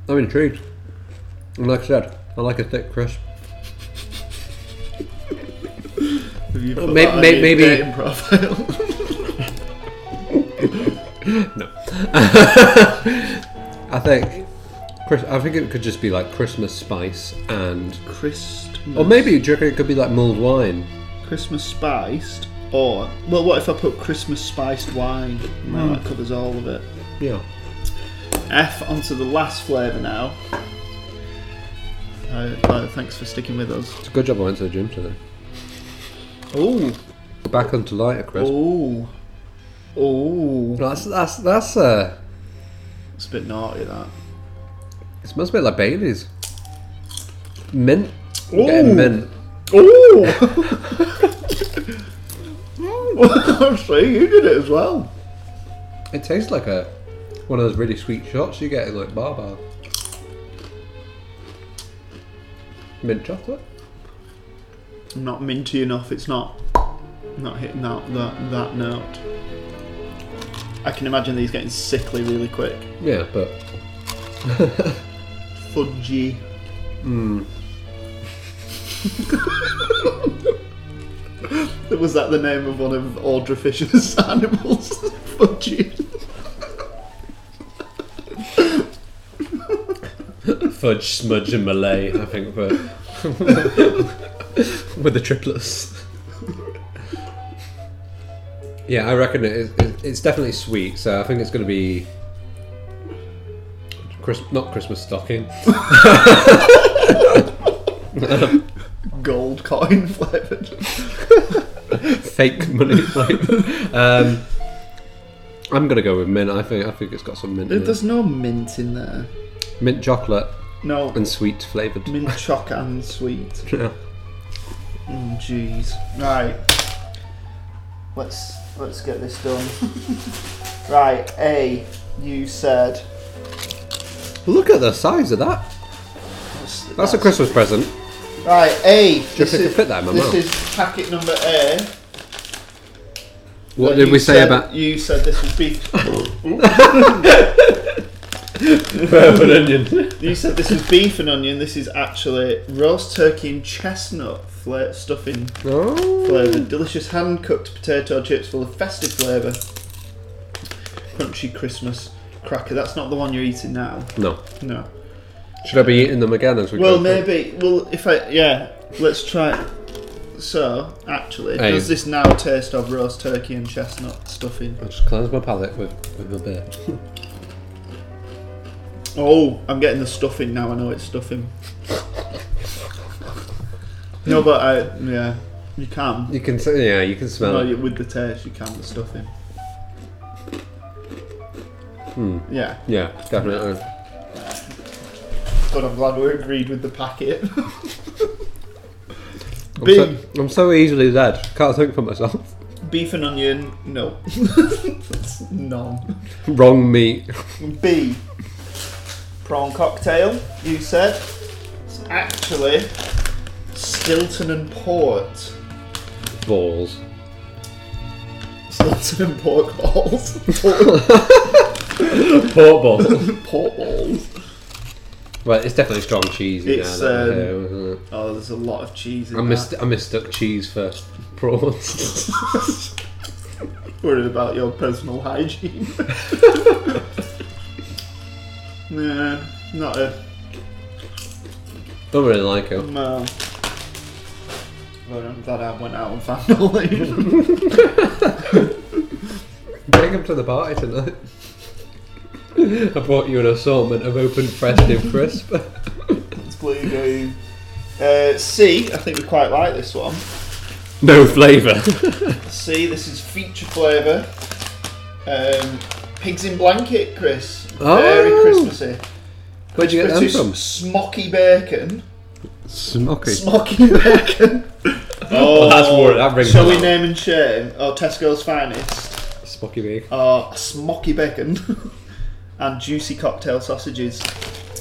S2: I'm intrigued. And like I said, I like a thick crisp.
S1: Have you put
S2: may-
S1: that on
S2: may-
S1: your
S2: maybe-
S1: dating profile?
S2: I think, Chris, I think it could just be like Christmas spice and,
S1: Christmas.
S2: or maybe do you reckon it could be like mulled wine?
S1: Christmas spiced, or well, what if I put Christmas spiced wine? Now
S2: Hmm.
S1: that covers all of it.
S2: Yeah.
S1: F onto the last flavour now. Uh, uh, thanks for sticking with us.
S2: It's a good job I went to the gym today.
S1: Ooh,
S2: Back onto lighter crisp.
S1: ooh, ooh!
S2: That's that's that's uh,
S1: It's a bit naughty that.
S2: it smells a bit like Bailey's. Mint. I'm
S1: Ooh.
S2: Getting mint.
S1: Ooh! I'm saying you did it as well.
S2: It tastes like a one of those really sweet shots you get in like bar bar. Mint chocolate.
S1: Not minty enough. It's not not hitting that that that note. I can imagine these getting sickly really quick.
S2: Yeah, but
S1: Fudgy. Mm. Was that the name of one of Audra Fisher's animals? Fudgy.
S2: fudge, smudge, and Malay. I think but with the triplets. yeah, I reckon it is, it, it's definitely sweet. So I think it's going to be Chris, not Christmas stocking.
S1: Gold coin flavoured.
S2: fake money. Like, um, I'm gonna go with mint. I think I think it's got some mint. In it.
S1: There's no mint in there.
S2: Mint chocolate
S1: No.
S2: and sweet flavored.
S1: Mint choc and sweet.
S2: Yeah.
S1: Mm, Jeez. right. Let's let's get this done. right, A, you said
S2: Look at the size of that.
S1: that's,
S2: That's a Christmas present.
S1: Right, A. this
S2: if it
S1: is-
S2: fit that in my
S1: This
S2: mouth.
S1: is packet number A.
S2: What
S1: that
S2: did
S1: you
S2: we say
S1: said-
S2: about
S1: You said this was beef.
S2: herb and onion?
S1: you said this was beef and onion. This is actually roast turkey and chestnut fla- stuffing
S2: Oh,
S1: flavoured, delicious hand cooked potato chips full of festive flavour. Crunchy Christmas cracker. That's not the one you're eating now.
S2: no.
S1: No.
S2: Should I be eating them again as we
S1: Well,
S2: go? through?
S1: maybe. Well, if I yeah, let's try. So, actually,
S2: Hey.
S1: does this now taste of roast turkey and chestnut stuffing?
S2: I'll just cleanse my palate with with a beer.
S1: Oh, I'm getting the stuffing now. I know it's stuffing. no, but I yeah, you can.
S2: You can s- yeah, you can smell
S1: No,
S2: it.
S1: you, with the taste, you can the stuffing.
S2: Hmm.
S1: Yeah,
S2: Yeah, definitely.
S1: but I'm glad we agreed with the packet.
S2: I'm
S1: Big.
S2: so, I'm so easily led. Can't think for myself.
S1: Beef and onion, no. That's none.
S2: Wrong meat.
S1: B. Prawn cocktail, you said. It's actually Stilton and Port.
S2: Balls.
S1: Stilton and Pork Balls.
S2: Pork balls.
S1: Port Balls.
S2: Well, it's definitely strong cheese. in
S1: It's,
S2: there, that
S1: um,
S2: potato, isn't it?
S1: Oh, there's a lot of cheese in
S2: I
S1: that.
S2: missed I mistook cheese for prawns.
S1: Worried about your personal hygiene. nah, not a
S2: Don't really like it.
S1: no. Well, I'm glad I went out and found all these.
S2: Bring him to the party tonight. I brought you an assortment of open festive crisp.
S1: Let's play a game. Uh, C, I think we quite like this one.
S2: no flavour.
S1: C, this is feature flavour. Um, pigs in blanket, Chris. Very
S2: Oh.
S1: Christmassy.
S2: Where'd you get them
S1: British
S2: from?
S1: smocky bacon.
S2: Smoky.
S1: Smocky bacon. oh,
S2: that's wor- that brings
S1: Shall
S2: it
S1: we
S2: up.
S1: name and shame? Or Tesco's finest?
S2: Smoky big.
S1: Or smocky bacon and juicy cocktail sausages.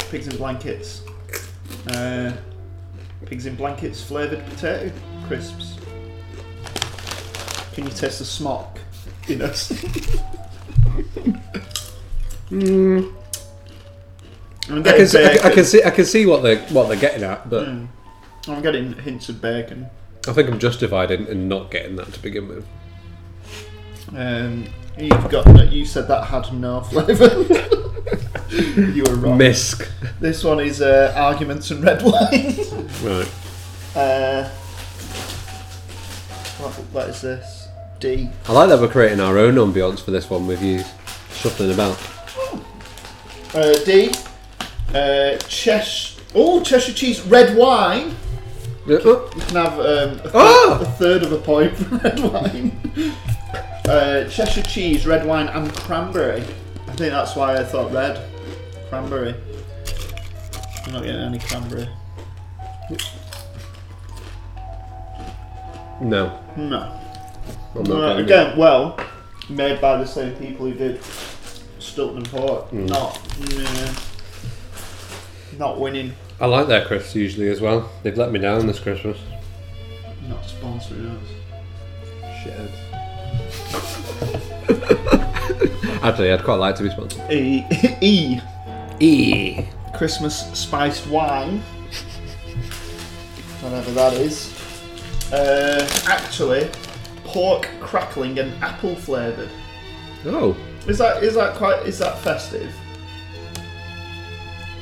S1: Pigs in blankets. Uh, pigs in blankets flavoured potato crisps. Can you taste the smock in us? Mm. I'm
S2: I
S1: getting
S2: can, see, I, can- I
S1: bacon.
S2: can see. I can see what they're what they're getting at, but
S1: I'm getting hints of bacon.
S2: I think I'm justified in, in not getting that to begin with.
S1: Um, you've got that. You said that had no flavour. you were wrong.
S2: Misc.
S1: This one is uh, arguments and red wine.
S2: Right.
S1: uh, what, what is this? D.
S2: I like that we're creating our own ambience for this one with you shuffling about.
S1: Uh, D. Uh, Chesh. Oh, Cheshire cheese red wine.
S2: Oh,
S1: You can have um, a, thir-
S2: Ah!
S1: a third of a point for red wine. uh, Cheshire cheese, red wine, and cranberry. I think that's why I thought red. Cranberry. I'm not getting any cranberry.
S2: No.
S1: No.
S2: I'm not
S1: Uh,
S2: getting it.
S1: again, well, made by the same people who did Stilton Port. Not, mm, not winning.
S2: I like their crisps usually as well. They've let me down this Christmas.
S1: Not sponsoring us.
S2: Shit. Actually, I'd quite like to be sponsored.
S1: E. e.
S2: E.
S1: Christmas spiced wine, whatever that is. Uh, actually, pork crackling and apple flavored.
S2: Oh.
S1: Is that is that quite is that festive?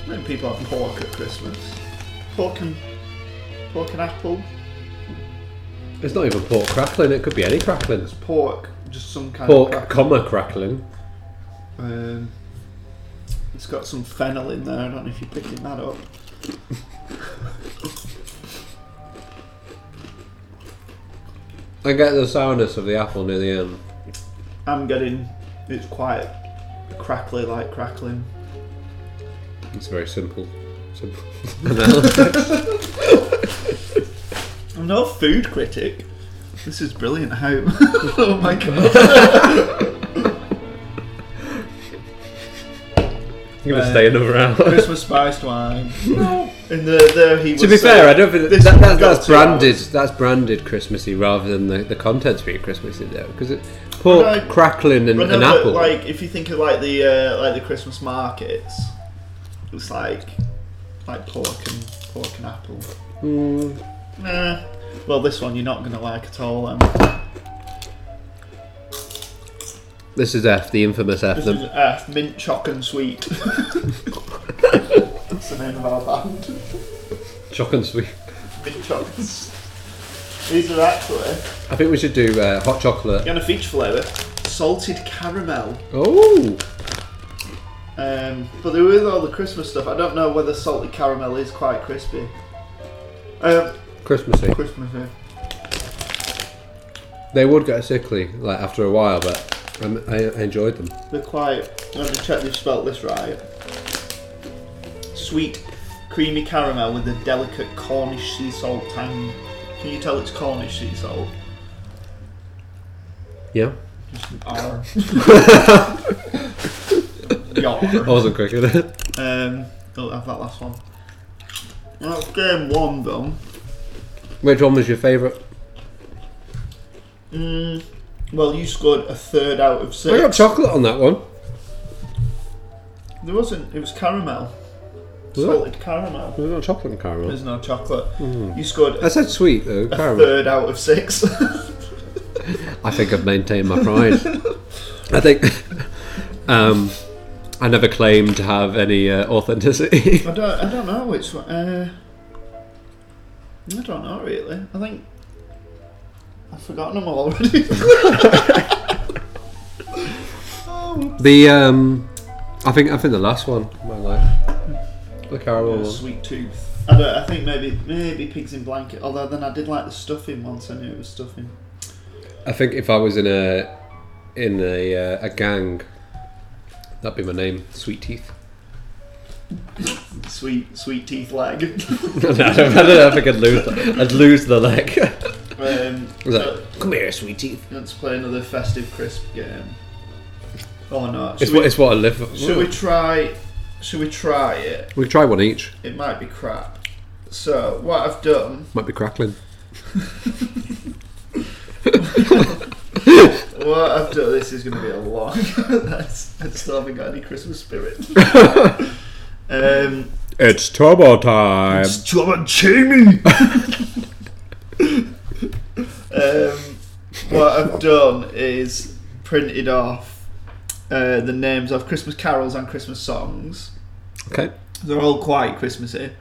S1: Many people have pork at Christmas. Pork and pork and apple.
S2: It's not even pork crackling, it could be any crackling.
S1: Pork, just some kind of
S2: Pork,
S1: crack.
S2: comma, crackling.
S1: Um, it's got some fennel in there. I don't know if you're picking that up.
S2: I get the sourness of the apple near the end.
S1: I'm getting it's quite crackly, like crackling.
S2: It's very simple. Simple.
S1: I'm not a food critic. This is brilliant. How? oh my god.
S2: I'm going to stay another hour.
S1: Christmas spiced wine. In the there he.
S2: to be fair, I don't think
S1: This
S2: that,
S1: will
S2: that,
S1: go
S2: that's
S1: two
S2: branded. That's branded Christmassy rather than the, the contents being Christmassy though, because pork
S1: But I-
S2: crackling and
S1: But
S2: an
S1: no, but,
S2: apple.
S1: like if you think of like the uh, like the Christmas markets, it's like like pork and pork and apple. Nah. Well, this one you're not gonna like at all. Um,
S2: This is F, the infamous F.
S1: this
S2: The,
S1: is F, mint choc and sweet. That's the name of our band.
S2: Choc and sweet.
S1: Mint choc. and s- These are actually.
S2: I think we should do uh, hot chocolate.
S1: You want a feature flavour? Salted caramel.
S2: Oh,
S1: Um, but with all the Christmas stuff, I don't know whether salted caramel is quite crispy. Um, eh?
S2: Christmassy.
S1: Christmassy.
S2: They would get sickly like after a while, but um, I, I enjoyed them.
S1: They're quite. Let me check they've spelt this right. Sweet, creamy caramel with a delicate Cornish sea salt tang. Can you tell it's Cornish sea salt?
S2: Yeah,
S1: Just an R. Yar.
S2: I wasn't quick at it.
S1: Um, don't have that last one. That's game one though.
S2: Which one was your favourite?
S1: Mm, well, you scored a third out of
S2: I got
S1: six.
S2: chocolate on that one.
S1: There wasn't. It was caramel.
S2: Was it?
S1: Salted caramel.
S2: I got chocolate and caramel.
S1: There's no chocolate. You scored
S2: I
S1: a
S2: said sweet though, Hmm. caramel.
S1: third out of six.
S2: I think I've maintained my pride. I think um, I never claimed to have any uh, authenticity.
S1: I don't. I don't know which one. Uh, I don't know really. I think I've forgotten them already. oh,
S2: The um, I think I think the last one in my life. The caramel one.
S1: sweet tooth. I don't. I think maybe maybe pigs in blanket. Although then I did like the stuffing once. I knew it was stuffing.
S2: I think if I was in a in a uh, a gang, that'd be my name. Sweet Teeth.
S1: Sweet sweet teeth leg.
S2: I don't know if I could lose. The, I'd lose the leg.
S1: um,
S2: Was that-
S1: so
S2: Come here, Sweet Teeth.
S1: let's play another festive crisp game. Oh no!
S2: It's
S1: Should,
S2: what
S1: we,
S2: it's what I live. for.
S1: should we try? Should we try it?
S2: We try one each.
S1: It might be crap. So what I've done
S2: Might be crackling.
S1: Well, after this is going to be a long. that's, I still haven't got any Christmas spirit. um,
S2: It's turbo time.
S1: it's John and Jamie. um, what I've done is printed off uh, the names of Christmas carols and Christmas songs.
S2: Okay.
S1: They're all quite Christmassy.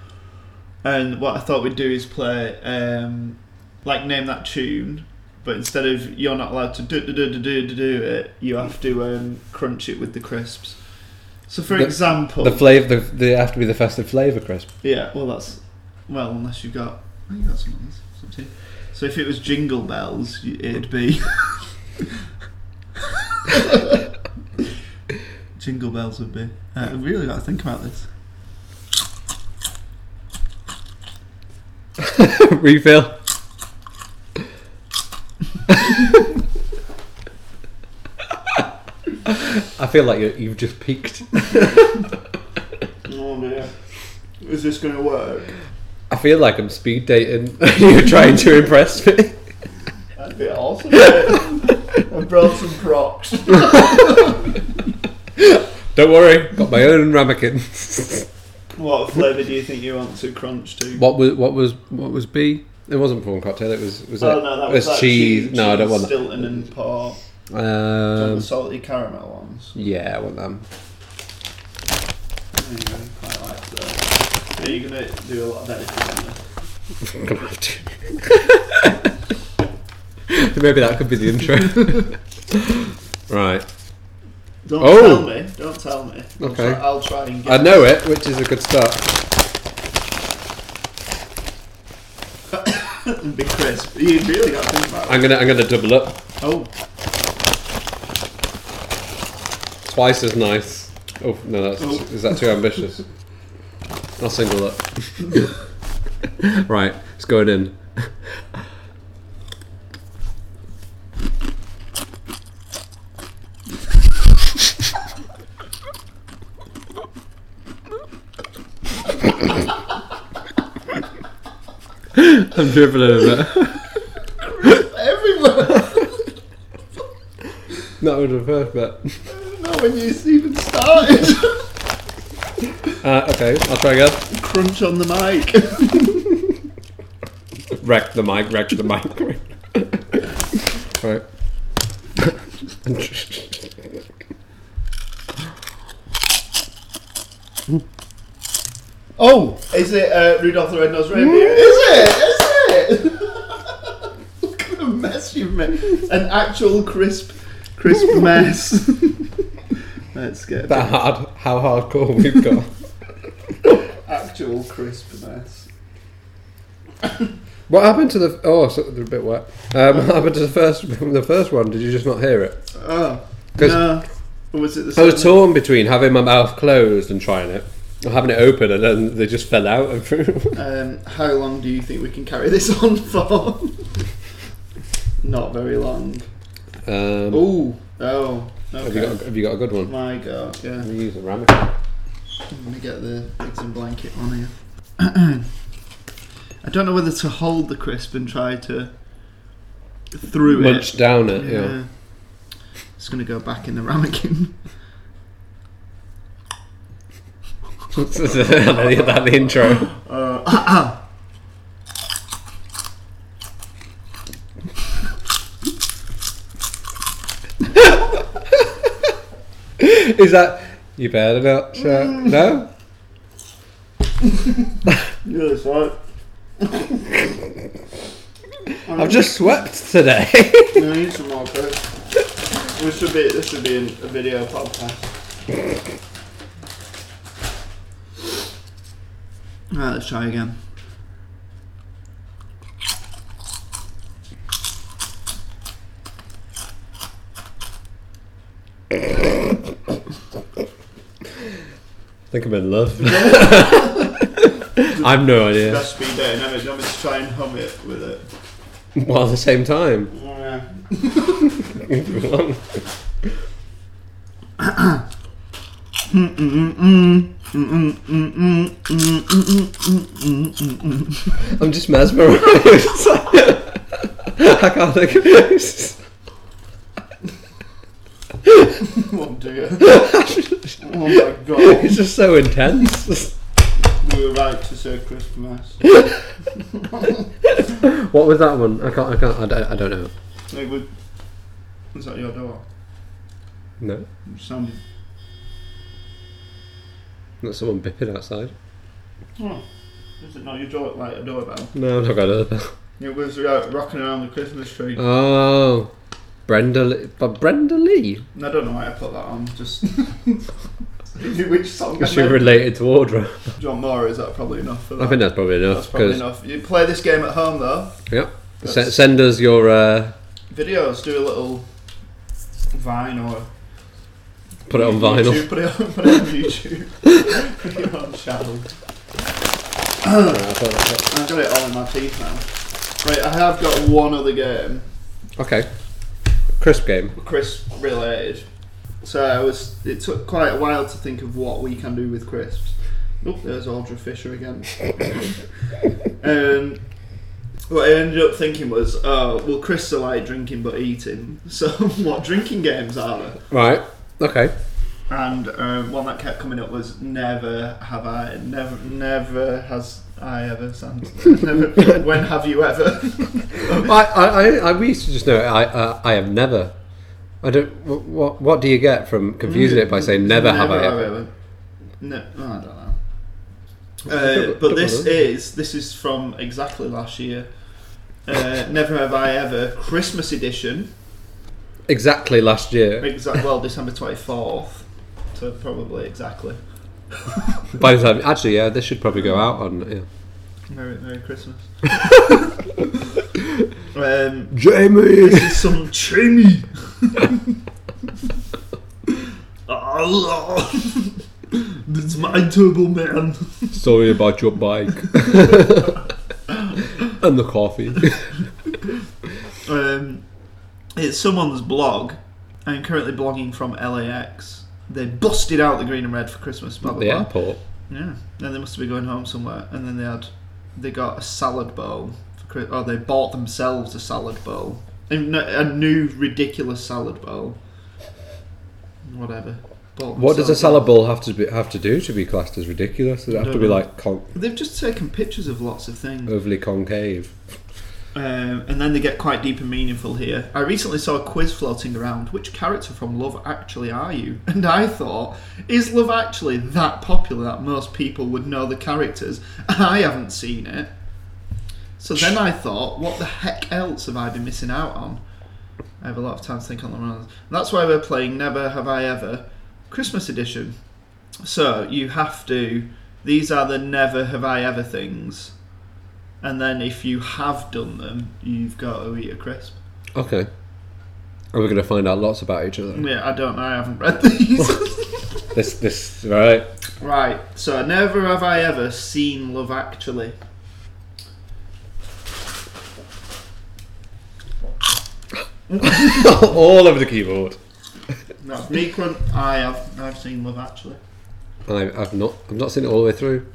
S1: And what I thought we'd do is play, um, like, name that tune, but instead of you're not allowed to do do do do do do do it, you have to um, crunch it with the crisps. So, for
S2: The-
S1: example,
S2: The flavour. The, the have to be the festive flavour crisp.
S1: yeah, well, that's well, unless you've got, oh, you got some of this, some too. So, if it was Jingle Bells, y- it'd be Jingle Bells would be. Uh, I really got to think about this.
S2: Refill. I feel like you, you've just peaked.
S1: Oh dear. Is this going to work?
S2: I feel like I'm speed dating. You're trying to impress me.
S1: That'd be awesome. I brought some props.
S2: Don't worry, got my own ramekins.
S1: What flavour do you think you want to crunch to?
S2: what was what was what was B? It wasn't prawn cocktail. It was was
S1: Oh
S2: it?
S1: no, that
S2: it
S1: was that
S2: cheese.
S1: cheese.
S2: No, I don't want that.
S1: Stilton and Paw. the
S2: Um,
S1: salty caramel ones.
S2: yeah, I want them.
S1: There you go, Quite like that. So you're gonna do a lot of editing. aren't
S2: I'm gonna have to. Maybe that could be the intro. right,
S1: you? Don't
S2: Oh.
S1: tell me. Don't tell me. I'll
S2: Okay.
S1: Try, I'll try and
S2: I
S1: get.
S2: know it, which is a good start.
S1: and be crisp. You really got to think about it.
S2: I'm gonna I'm gonna double up.
S1: Oh,
S2: Twice as nice. Oh no, that's
S1: Oh.
S2: is that too ambitious? I'll single up. right, it's going in. I'm dribbling a bit.
S1: everywhere.
S2: That would have hurt, but
S1: Not when you even started.
S2: uh, okay. I'll try again.
S1: Crunch on the mic.
S2: Wreck the mic, wreck the mic. right.
S1: Oh, is it uh, Rudolph the Red-Nosed Reindeer? Is it? Is it? Look at the mess you've made. An actual crisp, crisp mess. Let's get
S2: That hard, how hardcore we've got.
S1: actual crisp mess.
S2: what happened to the? Oh, so they're a bit wet. Um, what happened to the first, the first one? Did you just not hear it?
S1: Oh,
S2: 'Cause-
S1: no. Or was it the
S2: I was
S1: same?
S2: torn between having my mouth closed and trying it, or having it open, and then they just fell out.
S1: Um, how long do you think we can carry this on for? Not very long.
S2: um,
S1: Ooh. Oh.
S2: have, you
S1: Okay.
S2: got, have you got a good one?
S1: My God. Yeah.
S2: Let me use a ramekin.
S1: Let me get the eggs and blanket on here. I don't know whether to hold the crisp and try to through
S2: Munch
S1: it.
S2: down it. Yeah.
S1: It's gonna go back in the ramekin.
S2: that the intro.
S1: Uh,
S2: Is that you better not? shout. No.
S1: yeah, that's right.
S2: I've just swept today.
S1: We need some more coke. This should be this should be an, a video podcast. Alright, let's try again.
S2: I think I'm in love. I've no idea.
S1: Best speed dating ever. Do you want me to try and hum it with it?
S2: While at the same time.
S1: Yeah.
S2: if you want. I'm just mesmerized. I can't think of this.
S1: Oh dear. oh my god.
S2: It's just so intense.
S1: We were right to say Christmas.
S2: What was that one? I can't. I can't. I don't, I don't know.
S1: It would. Is that your door?
S2: No,
S1: Some.
S2: not someone bipping outside.
S1: Oh, is it not your door? Like a doorbell.
S2: No, I've not got another.
S1: It was uh, rocking around the Christmas tree.
S2: Oh, Brenda, Lee- but Brenda Lee.
S1: And I don't know why I put that on. Just which song?
S2: Is
S1: am
S2: she
S1: I-
S2: related to Audra?
S1: John Moore is that probably enough for that?
S2: I think that's probably
S1: that's
S2: enough.
S1: probably
S2: 'cause-
S1: enough. You play this game at home though.
S2: Yep. S-
S1: That's-
S2: send us your uh,
S1: Videos, do a little Vine or
S2: put it on vinyl.
S1: YouTube, put it on, put it on YouTube. put it on channel. I've got it all in my teeth now. Right, I have got one other game,
S2: Okay. Crisp game.
S1: crisp related. So I was. It took quite a while to think of what we can do with crisps. Oh, there's Aldra Fisher again. um, what I ended up thinking was, oh, well, crisps are like drinking but eating. So what drinking games are there?
S2: Right. Okay.
S1: And um, one that kept coming up was never have I never never has I ever Sam. never when have you ever
S2: I, I, I, I we used to just know. it, I, uh, I have never. I don't. What, what do you get from confusing it by saying never, have I ever?
S1: No, no, Oh, I don't know. Uh, but this is this is from exactly last year. Uh, never have I ever Christmas edition.
S2: Exactly last year.
S1: Exact well December twenty fourth. So probably exactly.
S2: By the time, actually, yeah, this should probably go out on. Yeah.
S1: Merry Merry Christmas. um,
S2: Jamie.
S1: This is some chimney. Allah. Ah, That's my turbo man.
S2: Sorry about your bike. and the coffee.
S1: Um, it's someone's blog. I'm currently blogging from LAX. They busted out the green and red for Christmas. Blah blah
S2: the
S1: blah.
S2: airport.
S1: Yeah. And they must have been going home somewhere. And then they had, they got a salad bowl. For, Chri- or they bought themselves a salad bowl. And no- A new ridiculous salad bowl. Whatever. Bought
S2: What does a
S1: themselves
S2: salad bowl have to be, have to do to be classed as ridiculous? Does it have to be like con-
S1: They've just taken pictures of lots of things.
S2: overly concave?
S1: Um, and then they get quite deep and meaningful here. I recently saw a quiz floating around. Which character from Love Actually are you? And I thought, is Love Actually that popular that most people would know the characters? I haven't seen it. So then I thought, what the heck else have I been missing out on? I have a lot of time to think on the run. That's why we're playing Never Have I Ever Christmas Edition. So you have to. These are the Never Have I Ever things. And then if you have done them, you've got to eat a crisp.
S2: Okay. And we're going to find out lots about each other.
S1: Yeah, I don't know. I haven't read these.
S2: This, this, right.
S1: right. So never have I ever seen Love Actually.
S2: All over the keyboard.
S1: That's me. Crun- I have. I've seen Love Actually.
S2: I, I've not, I've not seen it all the way through.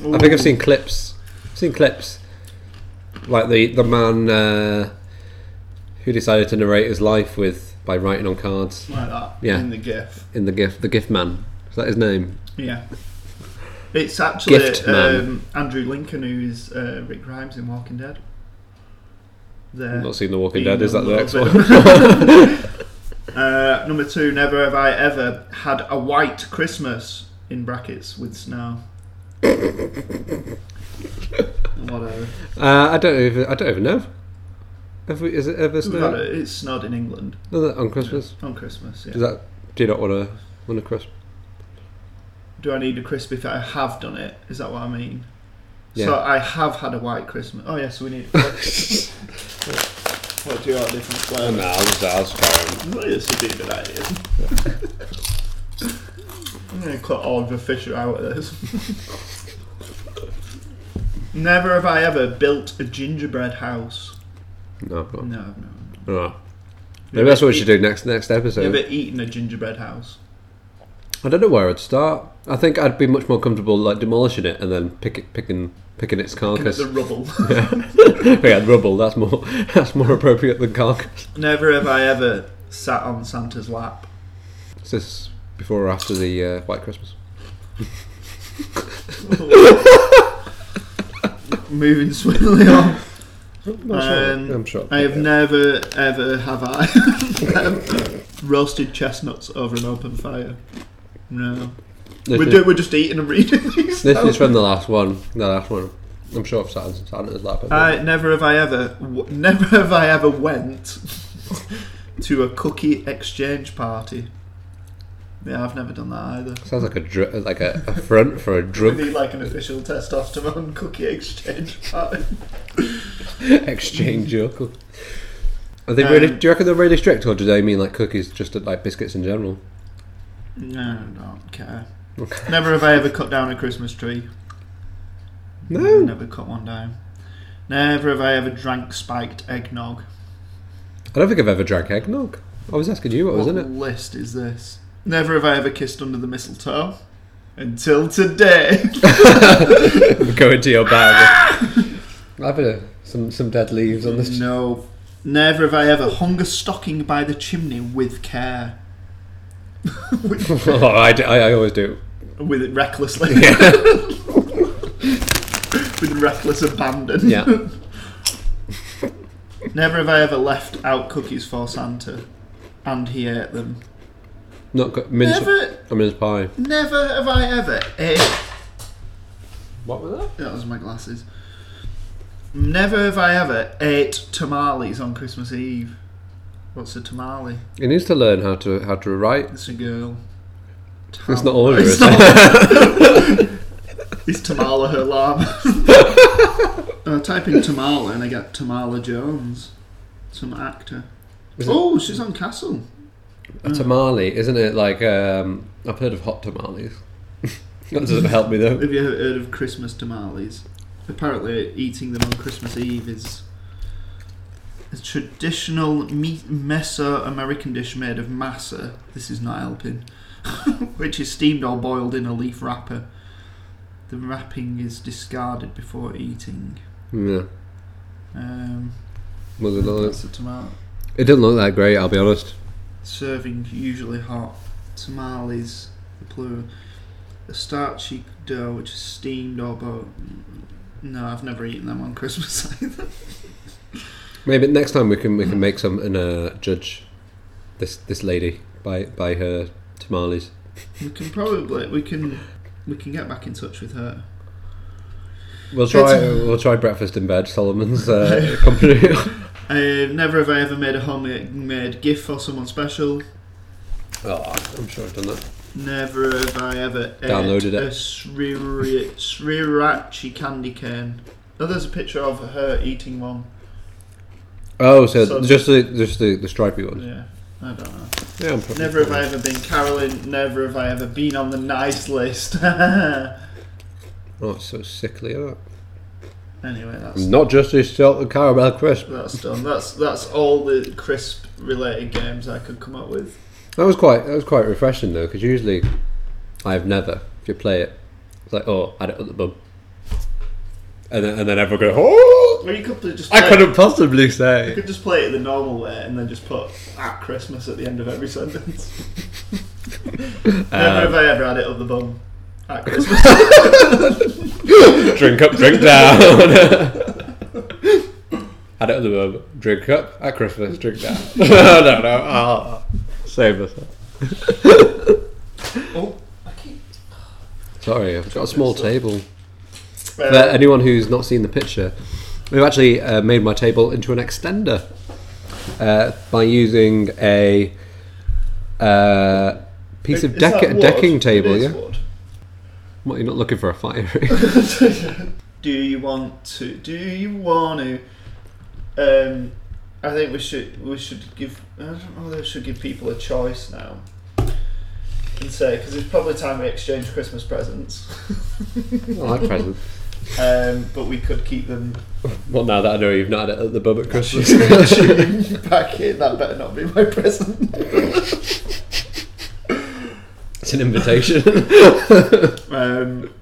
S2: I think I've seen clips. I've seen clips. Like the the man uh, who decided to narrate his life with by writing on cards
S1: like that.
S2: Yeah.
S1: In the GIF.
S2: in the gift. The gift man. Is that his name?
S1: Yeah. It's actually
S2: Gift man.
S1: um, Andrew Lincoln who's uh, Rick Grimes in Walking Dead. There.
S2: I've not seen The Walking
S1: Being
S2: Dead. Is
S1: a
S2: that the next
S1: little
S2: one?
S1: bit- uh, number two, never have I ever had a white Christmas in brackets with snow. Whatever.
S2: Uh, I don't even. I don't even know. Have we? Is it ever
S1: We've had
S2: snowed?
S1: it- It's snowed in England
S2: Does it on Christmas?
S1: on Christmas. Yeah.
S2: Does that? Do you not want to want a crisp?
S1: Do I need a crispy if I have done it? Is that what I mean? So
S2: Yeah.
S1: I have had a white Christmas. Oh yes, we need. what do you like different
S2: Oh, no,
S1: flavours?
S2: I'll just, I'll just carry on.
S1: Well, this would be a good idea. I'm gonna cut Oliver Fisher out of this. Never have I ever built a gingerbread house.
S2: No, I've
S1: No,
S2: not.
S1: no.
S2: No. Maybe that's what we should do next next
S1: Have you
S2: episode.
S1: ever eaten a gingerbread house?
S2: I don't know where I'd start. I think I'd be much more comfortable like demolishing it and then pick it, picking picking its carcass.
S1: The rubble.
S2: yeah, rubble. That's more that's more appropriate than carcass.
S1: Never have I ever sat on Santa's lap.
S2: Is this before or after the uh, White Christmas?
S1: Moving swiftly on. Um,
S2: I'm sure.
S1: I have never, ever have I um, roasted chestnuts over an open fire. No,
S2: This,
S1: we're,
S2: is,
S1: do, we're just eating and reading these.
S2: this is
S1: now.
S2: from the last one. The last one. I'm sure I've sat on Santa's lap. haven't I?
S1: I never have I ever, w- never have I ever went to a cookie exchange party. Yeah, I've never done that either.
S2: Sounds like a dr- like a, a front for a
S1: We
S2: drug
S1: need like an official testosterone cookie exchange party.
S2: exchange. Or cook- Are they really?
S1: Um,
S2: do you reckon they're really strict, or do they mean like cookies, just like biscuits in general?
S1: No, don't care.
S2: Okay.
S1: Never have I ever cut down a Christmas tree.
S2: No.
S1: Never cut one down. Never have I ever drank spiked eggnog.
S2: I don't think I've ever drank eggnog. I was asking you what, was in
S1: what
S2: it.
S1: list is this? Never have I ever kissed under the mistletoe. Until today.
S2: Go into your bag. I've had a, some some dead leaves on this.
S1: no. Never have I ever hung a stocking by the chimney with care. with,
S2: oh, I, do- I, I always do.
S1: with it recklessly. with reckless abandon.
S2: Yeah.
S1: Never have I ever left out cookies for Santa. And he ate them.
S2: Not co- mince.
S1: Never,
S2: A mince pie.
S1: never have I ever ate
S2: What was that?
S1: That was my glasses. Never have I ever ate tamales on Christmas Eve. What's a tamale?
S2: He needs to learn how to how to write.
S1: It's a girl.
S2: It's not all of
S1: It's
S2: us.
S1: not- It's Tamala her llama. I type in Tamala and I get Tamala Jones, some actor.
S2: Is it-
S1: Oh, she's on Castle.
S2: A tamale, isn't it? Like um, I've heard of hot tamales. that doesn't help me though.
S1: Have you ever heard of Christmas tamales? Apparently, eating them on Christmas Eve is a traditional meat Meso-American dish made of masa. This is not helping, which is steamed or boiled in a leaf wrapper. The wrapping is discarded before eating.
S2: Yeah.
S1: Um,
S2: Was it, not-
S1: that's a tomato.
S2: it didn't look that great. I'll be honest.
S1: Serving usually hot tamales, the plural. A starchy dough which is steamed or boiled. No, I've never eaten them on Christmas either.
S2: Maybe next time we can we can make some and uh, judge this this lady by by her tamales.
S1: We can probably we can we can get back in touch with her.
S2: We'll try we'll try breakfast in bed. Solomon's uh, company.
S1: Uh, never have I ever made a homemade gift for someone special.
S2: oh, I'm sure I've done that.
S1: Never have I ever ate
S2: Downloaded it.
S1: a srira- sriracha candy cane. Oh, there's a picture of her eating one.
S2: Oh, so,
S1: So-
S2: just the just the, the stripy one.
S1: Yeah, I don't know.
S2: Yeah, I'm probably
S1: Never have I ever been Carolyn. Never have I ever been on the nice list. anyway,
S2: Oh, it's so sickly. Isn't it?
S1: that's
S2: Not just the salt and caramel crisp.
S1: that's done. That's that's all the crisp related games I could come up with.
S2: That was quite that was quite refreshing though, because usually I've never. If you play it, it's like oh, add it up the bum, and then and then everyone go oh,
S1: Or you could just
S2: I
S1: play-
S2: couldn't possibly
S1: You
S2: say.
S1: could just play it the normal way and then just put at Christmas at the end of every sentence. Never have I ever had it up the bum. At Christmas.
S2: drink up, drink down. add it up the bum, drink up at Christmas, drink down. no, no, no, oh, save us.
S1: oh,
S2: Sorry, I've got a small table.
S1: uh,
S2: For anyone who's not seen the picture, we've actually uh, made my table into an extender. uh, by using a uh, piece of
S1: Is that
S2: deck-
S1: wood?
S2: decking table.
S1: It is
S2: Yeah, what you're not looking for a fire.
S1: wood. do you want to? Do you want to? Um, I think we should we should give. I don't know whether we should give people a choice now. And say because it's probably time we exchange Christmas presents.
S2: I like presents.
S1: Um, but we could keep them
S2: Well, now that I know you've not had it at the bub at Christmas.
S1: back in. That better not be my present.
S2: It's an invitation,
S1: Um,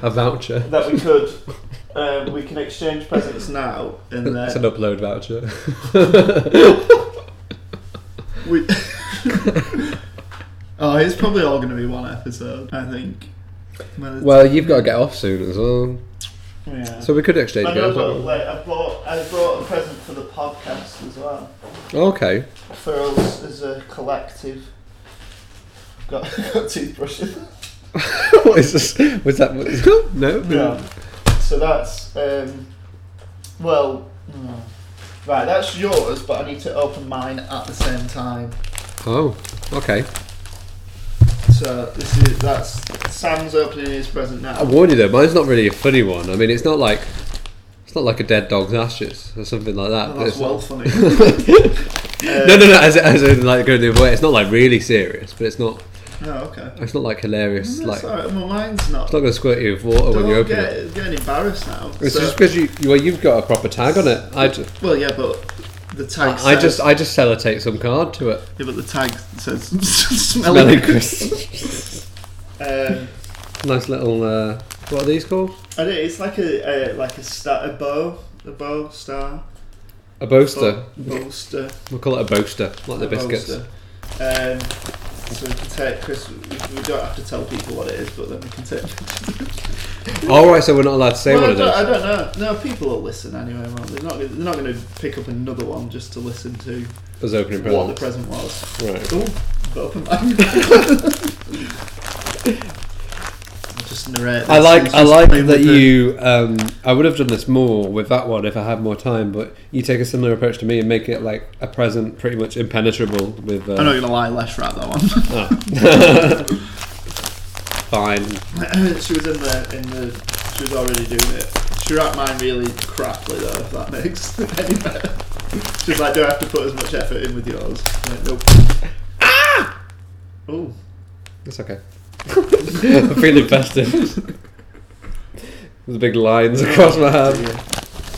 S2: a voucher.
S1: that we could. Um, we can exchange presents now, and
S2: It's an
S1: then
S2: upload voucher.
S1: we. oh, it's probably all going to be one episode. I think.
S2: Well, you've got to get off soon as well.
S1: yeah.
S2: So we could exchange
S1: I, know,
S2: gifts.
S1: but, like, I brought I brought a present for the podcast as well
S2: Okay.
S1: for us as a collective. Got, got toothbrushes.
S2: what is this? Was that no?
S1: Yeah. So that's um, well, hmm. right. That's yours, but I need to open mine at the same time.
S2: Oh, okay.
S1: So this is that's Sam's opening his present
S2: I
S1: now.
S2: warn you though, mine's not really a funny one. I mean, it's not like it's not like a dead dog's ashes or something like that.
S1: Oh,
S2: but
S1: that's
S2: it's not-
S1: well funny. Uh,
S2: no, no, no. As, as in, like going the other way. It's not like really serious, but it's not.
S1: No, okay.
S2: It's not like hilarious.
S1: Mm, That's
S2: like
S1: alright. Well, mine's not.
S2: it's not going to squirt you with water when you
S1: Don't
S2: open
S1: get,
S2: it.
S1: getting embarrassed now.
S2: It's
S1: So-
S2: just because you well, you've got a proper tag on it. I just,
S1: well, yeah, but the tag.
S2: I
S1: says-
S2: just, I just sellotape some card to it.
S1: Yeah, but the tag says smelling.
S2: Merry Christmas.
S1: Um,
S2: nice little. Uh, what are these called?
S1: I don't. It's like a, a like a star, a bow, a bow star,
S2: A boaster.
S1: Bo- bolster.
S2: We'll call it a boaster, like the biscuits.
S1: Bolster. Um, so we can take Chris. We, we don't have to tell people what it is, but then we can take.
S2: All right, so we're not allowed to say
S1: Well,
S2: one
S1: I,
S2: of those.
S1: don't, I don't know. No, people will listen anyway. Won't they? They're not. They're not going to pick up another one just to listen to
S2: As opening
S1: what the
S2: presents.
S1: present was.
S2: Right.
S1: Ooh, got open mind. I'll just narrate.
S2: I
S1: this.
S2: like
S1: It's
S2: I
S1: just
S2: like
S1: playing
S2: that
S1: with the-
S2: you. Um, I would have done this more with that one if I had more time, but you take a similar approach to me and make it like a present pretty much impenetrable with. Uh,
S1: I'm not going to lie. Let's wrap that one.
S2: oh. Fine.
S1: she was in the in the she was already doing it. She wrapped mine really craply though, if that makes any better. She's like, do I have to put as much effort in with yours? I'm like, nope. Ah! Ooh.
S2: It's okay. I'm feeling festive. There's big lines across my hand.
S1: dear.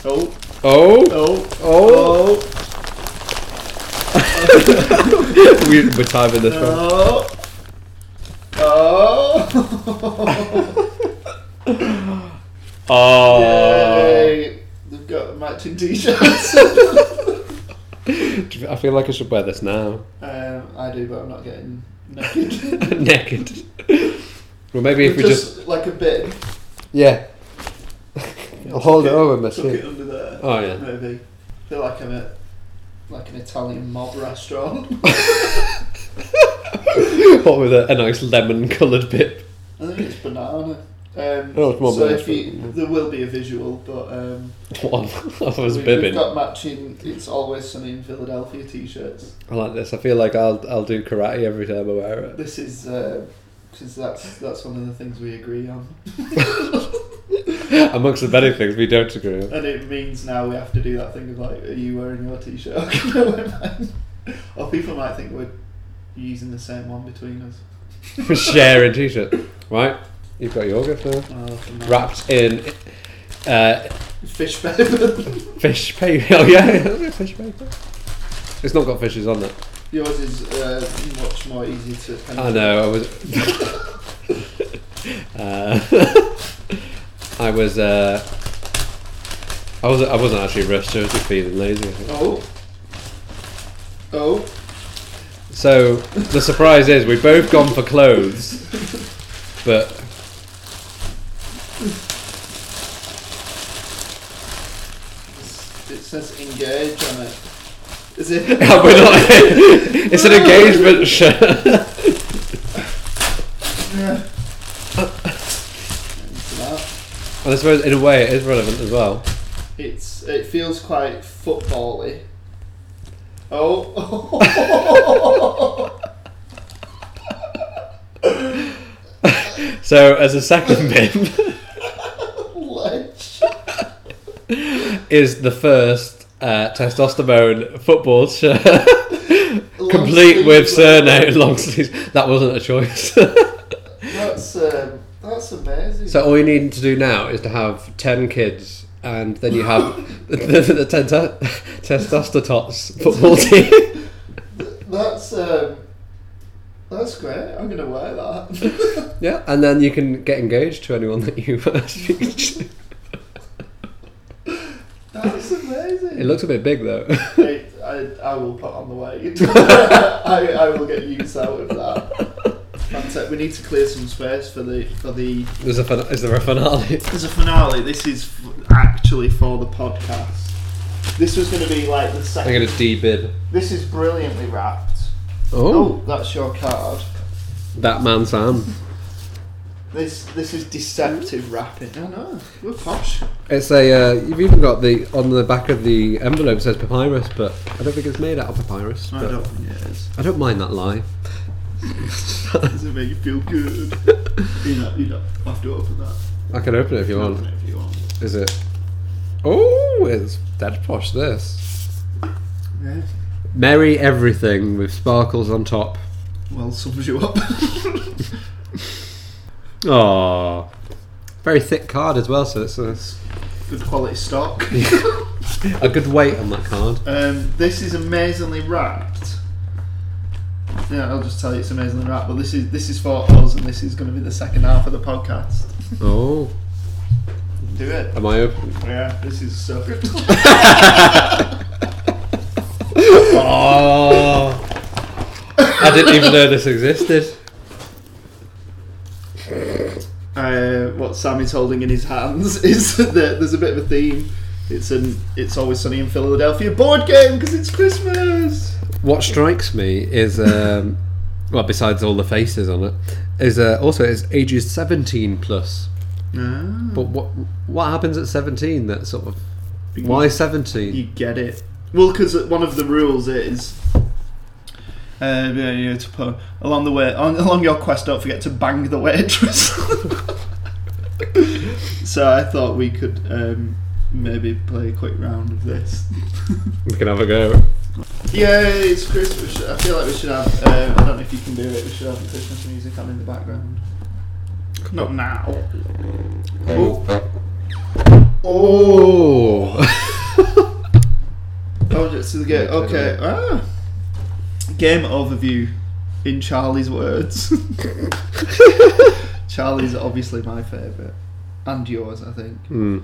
S1: Oh,
S2: Oh,
S1: oh,
S2: oh!
S1: oh,
S2: We, we're timing this one.
S1: oh, oh.
S2: Oh!
S1: Yay. They've got matching t-shirts.
S2: I feel like I should wear this now.
S1: um, I do, but I'm not getting naked.
S2: Naked. well, maybe if we just,
S1: just, like a bit.
S2: yeah. I'll hold it
S1: Tuck
S2: over my
S1: Tuck it
S2: sleeve.
S1: under there.
S2: Oh yeah.
S1: Maybe. I feel like I'm at like an Italian mob restaurant.
S2: What with a, a nice lemon-coloured bib.
S1: I think it's banana. Um,
S2: Oh, it's mob
S1: so if
S2: restaurant.
S1: you, there will be a visual, but um,
S2: One of us
S1: we, have
S2: bibbing.
S1: got matching. It's always sunny in Philadelphia t-shirts.
S2: I like this. I feel like I'll I'll do karate every time I wear it.
S1: This is because that's that's one of the things we agree on,
S2: Amongst the many things we don't agree on.
S1: and it means now we have to do that thing of like, are you wearing your t-shirt? Or can I wear mine? Or people might think we're using the same one between us.
S2: For sharing t-shirt. Right. You've got your gift now.
S1: Oh, for now.
S2: Wrapped in uh,
S1: Fish paper.
S2: fish paper. Oh yeah, fish paper. It's not got fishes on it.
S1: Yours is uh, much more easy to.
S2: I know. I was. uh, I was. Uh, I was. I wasn't actually rushed. I was just feeling lazy. I think.
S1: Oh. Oh.
S2: So the surprise is we've both gone for clothes, but
S1: It's- It says engage on it. Is it?
S2: we're not. it's an engagement shirt.
S1: Yeah. Into that.
S2: And I suppose in a way it is relevant as well.
S1: It's it feels quite footbally. Oh.
S2: So, as a second bin
S1: Ledge.
S2: is the first uh, testosterone football shirt,
S1: Long
S2: complete
S1: sleeve
S2: with
S1: leather.
S2: surname long sleeves. That wasn't a choice.
S1: That's um, that's amazing.
S2: So all you need to do now is to have ten kids, and then you have the, the, the ten te- testosterons football team.
S1: Th- that's um, that's great. I'm gonna wear that.
S2: yeah, and then you can get engaged to anyone that you speak to.
S1: That's amazing.
S2: It looks a bit big though.
S1: I, I, I will put on the weight. I, I will get use out of that. Fantastic. We need to clear some space for the for the.
S2: There's a fin- is there a finale?
S1: As a finale, this is f- actually for the podcast. This was going to be like the
S2: I'm
S1: second.
S2: gonna d bid.
S1: This is brilliantly wrapped.
S2: Oh,
S1: Oh, that's your card.
S2: that man Sam.
S1: This this is deceptive wrapping. I know. We're posh.
S2: It's a. Uh, you've even got the on the back of the envelope it says papyrus, but I don't think it's made out of papyrus.
S1: I
S2: but
S1: don't think it is.
S2: I don't mind that lie.
S1: Does it make you feel good? you know, you don't have to open that.
S2: I can open it if you want.
S1: Open it if you want.
S2: Is it? Oh, it's dead posh. This
S1: Yeah.
S2: merry everything with sparkles on top.
S1: Well, sums you up.
S2: Oh, very thick card as well. So it's a,
S1: good quality stock.
S2: a good weight on that card.
S1: Um, this is amazingly wrapped. Yeah, I'll just tell you it's amazingly wrapped. But this is this is for us, and this is going to be the second half of the podcast.
S2: Oh,
S1: Do it.
S2: am I open?
S1: Yeah, this is so good.
S2: Oh, I didn't even know this existed.
S1: uh, what Sammy's holding in his hands is that there's a bit of a theme. It's an it's always sunny in Philadelphia board game because it's Christmas.
S2: What strikes me is, um, well, besides all the faces on it, is uh, also it's ages seventeen plus.
S1: Ah,
S2: But what what happens at seventeen? That sort of
S1: You-
S2: why seventeen?
S1: You get it. Well, because one of the rules is. Uh, yeah, yeah, to put, along the way, on, along your quest, don't forget to bang the waitress. so I thought we could um, maybe play a quick round of this.
S2: We can have a go.
S1: Yay, it's Christmas! We should- I feel like we should have. Uh, I don't know if you can do it. We should have Christmas music on in the background. Not now. Oh. Oh.
S2: Oh,
S1: Objects to the game. Okay. Ah. Game overview in Charlie's words. Charlie's obviously my favourite. And yours, I think.
S2: Hmm.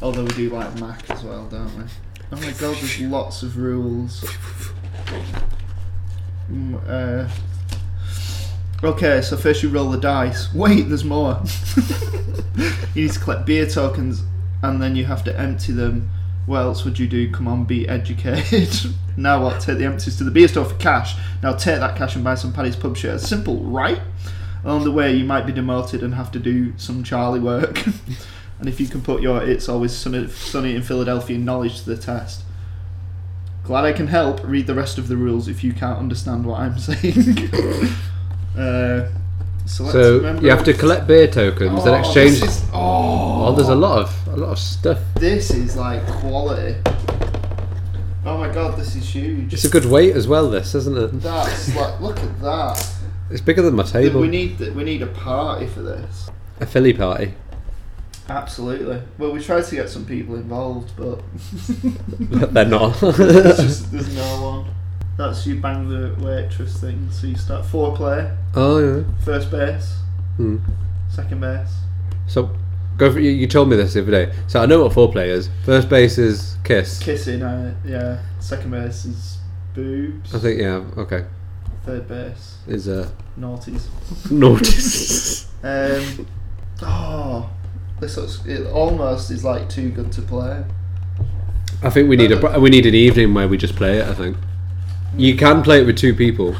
S1: Although we do like Mac as well, don't we? Oh my god, there's lots of rules. Mm, uh, okay, so first you roll the dice. Wait, there's more. you need to collect beer tokens and then you have to empty them. What else would you do? Come on, be educated. now what? Take the empties to the beer store for cash. Now take that cash and buy some Paddy's Pub shirts. Simple, right? Along the way, you might be demoted and have to do some Charlie work. and if you can put your It's Always Sunny, sunny in Philadelphia knowledge to the test. Glad I can help. Read the rest of the rules if you can't understand what I'm saying. uh, so let's
S2: so
S1: remember
S2: you have to collect beer tokens
S1: Oh,
S2: and exchange.
S1: this is- oh,
S2: Oh, there's a lot of a lot of stuff.
S1: this is like quality. Oh my god, this is huge.
S2: It's a good weight as well. This isn't it?
S1: That's like, look at that.
S2: It's bigger than my
S1: Dude,
S2: table.
S1: we need th- we need a party for this.
S2: a Philly party.
S1: Absolutely. Well, we tried to get some people involved, but
S2: They're not.
S1: it's just, there's no one. That's you bang the waitress thing. So you start foreplay,
S2: oh yeah.
S1: first base,
S2: Hmm.
S1: second base.
S2: So go for you. You told me this the other day. So I know what foreplay is. First base is kiss.
S1: Kissing, uh, yeah. Second base is boobs.
S2: I think yeah. Okay.
S1: Third base,
S2: Is uh,
S1: naughties.
S2: notice.
S1: Um, oh, this looks, it almost is like too good to play.
S2: I think we need a we need an evening where we just play it. I think you can play it with two people.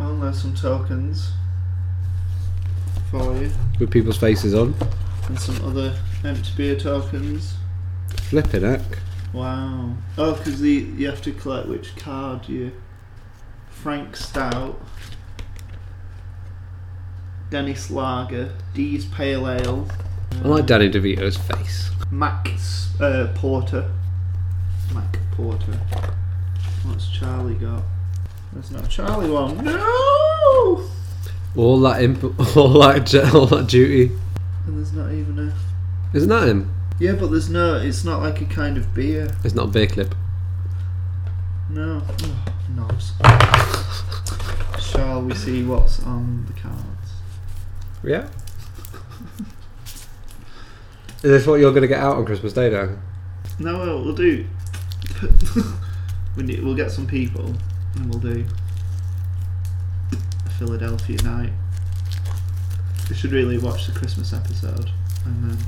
S1: Well, there's some tokens for you,
S2: with people's faces on.
S1: and some other empty beer tokens.
S2: Flipping heck.
S1: Wow. Oh, because the you have to collect which card you. Frank Stout, Dennis Lager, Dee's Pale Ale,
S2: I like Danny DeVito's face.
S1: Mac S- uh, Porter. Mac Porter. What's Charlie got? There's no Charlie one. No.
S2: All that imp- all that j- all that duty.
S1: And there's not even a.
S2: Isn't that him?
S1: Yeah, but there's no. It's not like a kind of beer.
S2: It's not a beer clip.
S1: No. Oh, knobs. Shall we see what's on the cards?
S2: Yeah. Is this what you're going to get out on Christmas Day, Dan?
S1: No, well, we'll do. we need, we'll get some people and we'll do a Philadelphia night. We should really watch the Christmas episode and then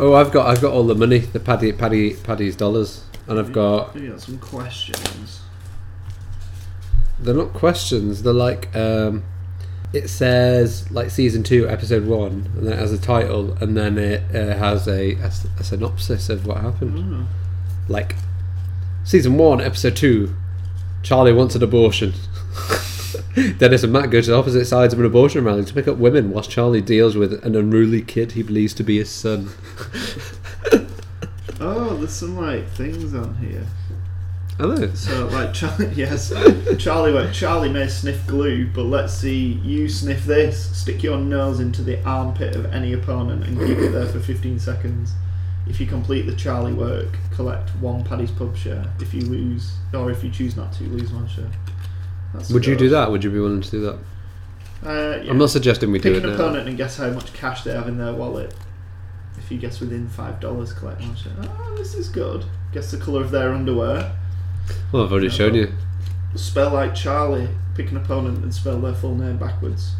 S2: Oh, I've got I've got all the money, the Paddy Paddy Paddy's dollars, and
S1: Mm.
S2: I've got
S1: we got some questions.
S2: they're not questions. They're like um, it says like season two, episode one, and then it has a title, and then it uh, has a, a s- a synopsis of what happened.
S1: Oh,
S2: Like season one, episode two, Charlie wants an abortion. Dennis and Matt go to the opposite sides of an abortion rally to pick up women, whilst Charlie deals with an unruly kid he believes to be his son.
S1: oh, there's some like things on here.
S2: Hello.
S1: So like Charlie, yes, Charlie went. Charlie may sniff glue, but let's see you sniff this. Stick your nose into the armpit of any opponent and keep it there for 15 seconds. If you complete the Charlie work, collect one Paddy's pub share. If you lose, or if you choose not to, lose one share. That's
S2: Would you
S1: good.
S2: do that? Would you be willing to do that?
S1: Uh, yeah.
S2: I'm not suggesting we
S1: Pick
S2: do
S1: an
S2: it now.
S1: opponent and guess how much cash they have in their wallet. If you guess within five dollars, collect one share. Oh, this is good. Guess the color of their underwear.
S2: Well, I've already shown you.
S1: Spell like Charlie. Pick an opponent and spell their full name backwards.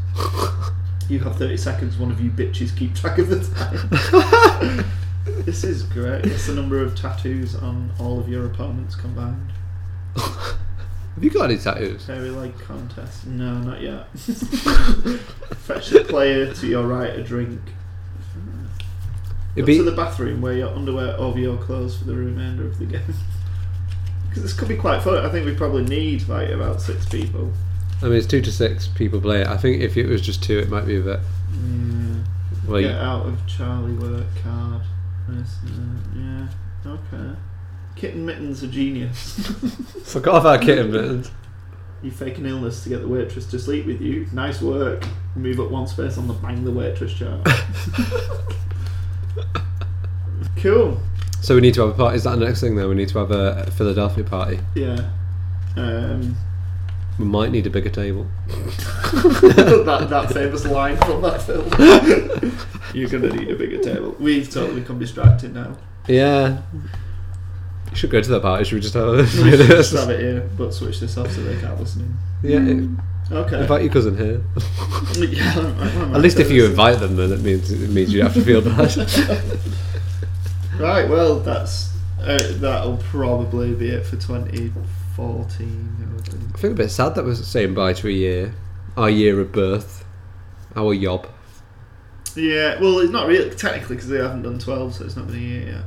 S1: you have 30 seconds, one of you bitches keep track of the time. this is great. It's the number of tattoos on all of your opponents combined.
S2: Have you got any tattoos?
S1: Fairy leg contest. No, not yet. Fetch the player to your right a drink.
S2: It'd
S1: Go
S2: be,
S1: to the bathroom, wear your underwear over your clothes for the remainder of the game. Because this could be quite fun. I think we probably need like about six people.
S2: I mean, it's two to six people play it. I think if it was just two, it might be a bit.
S1: Yeah.
S2: Well,
S1: Get out of Charlie work card. This, uh, yeah. Okay. Kitten Mitten's a genius.
S2: you forgot about kitten mittens.
S1: you fake an illness to get the waitress to sleep with you. Nice work. Move up one space on the bang the waitress chart. cool.
S2: So we need to have a party. Is that the next thing though? We need to have a Philadelphia party.
S1: Yeah. Um,
S2: We might need a bigger table.
S1: that, that famous line from that film. You're gonna need a bigger table. We've totally come distracted now.
S2: Yeah. You should go to that party. Should we just have
S1: We should just
S2: a
S1: have it here, but switch this off so they can't listen
S2: Yeah.
S1: in. Okay.
S2: Invite your cousin here.
S1: Yeah, I'm- I'm- I'm
S2: At least if
S1: okay,
S2: you
S1: this is-
S2: invite them, then it means it means you have to feel bad.
S1: Right, well, that's uh, that'll probably be it for 2014. I would think.
S2: I feel a bit sad that we're saying bye to a year, our year of birth, our yob.
S1: Yeah, well, it's not really technically because they haven't done 12, so it's not been a year yet.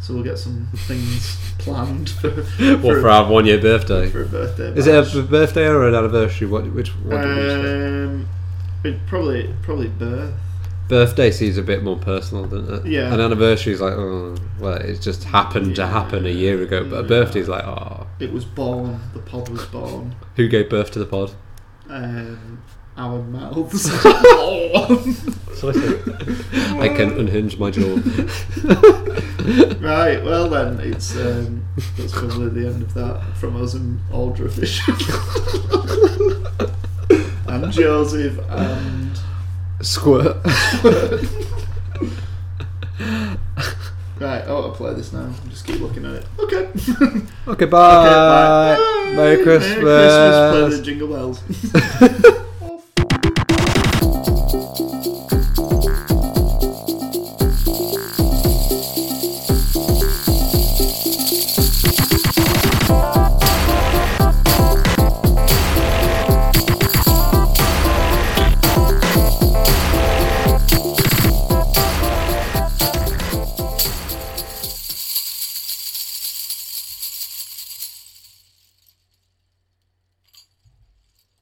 S1: So we'll get some things planned for for,
S2: What for our one year birthday?
S1: for a birthday.
S2: Is
S1: bash.
S2: it a b- birthday or an anniversary? What which what do we say?
S1: Um, it probably probably birth.
S2: birthday seems a bit more personal, doesn't it?
S1: Yeah.
S2: An anniversary is like, oh, well, it just happened to happen a year ago, but a
S1: Yeah.
S2: birthday's like, oh,
S1: It was born. The pod was born.
S2: who gave birth to the pod?
S1: Um, our mouths. Oh.
S2: I can unhinge my jaw.
S1: Right, well then, it's um, that's probably the end of that from us and Aldra Fisher. and Joseph and
S2: Squirt.
S1: Right, I want to play this now. Just keep looking at it. Okay. okay
S2: Okay, bye.
S1: bye.
S2: Uh, Merry Christmas.
S1: Merry Christmas. Play the jingle bells.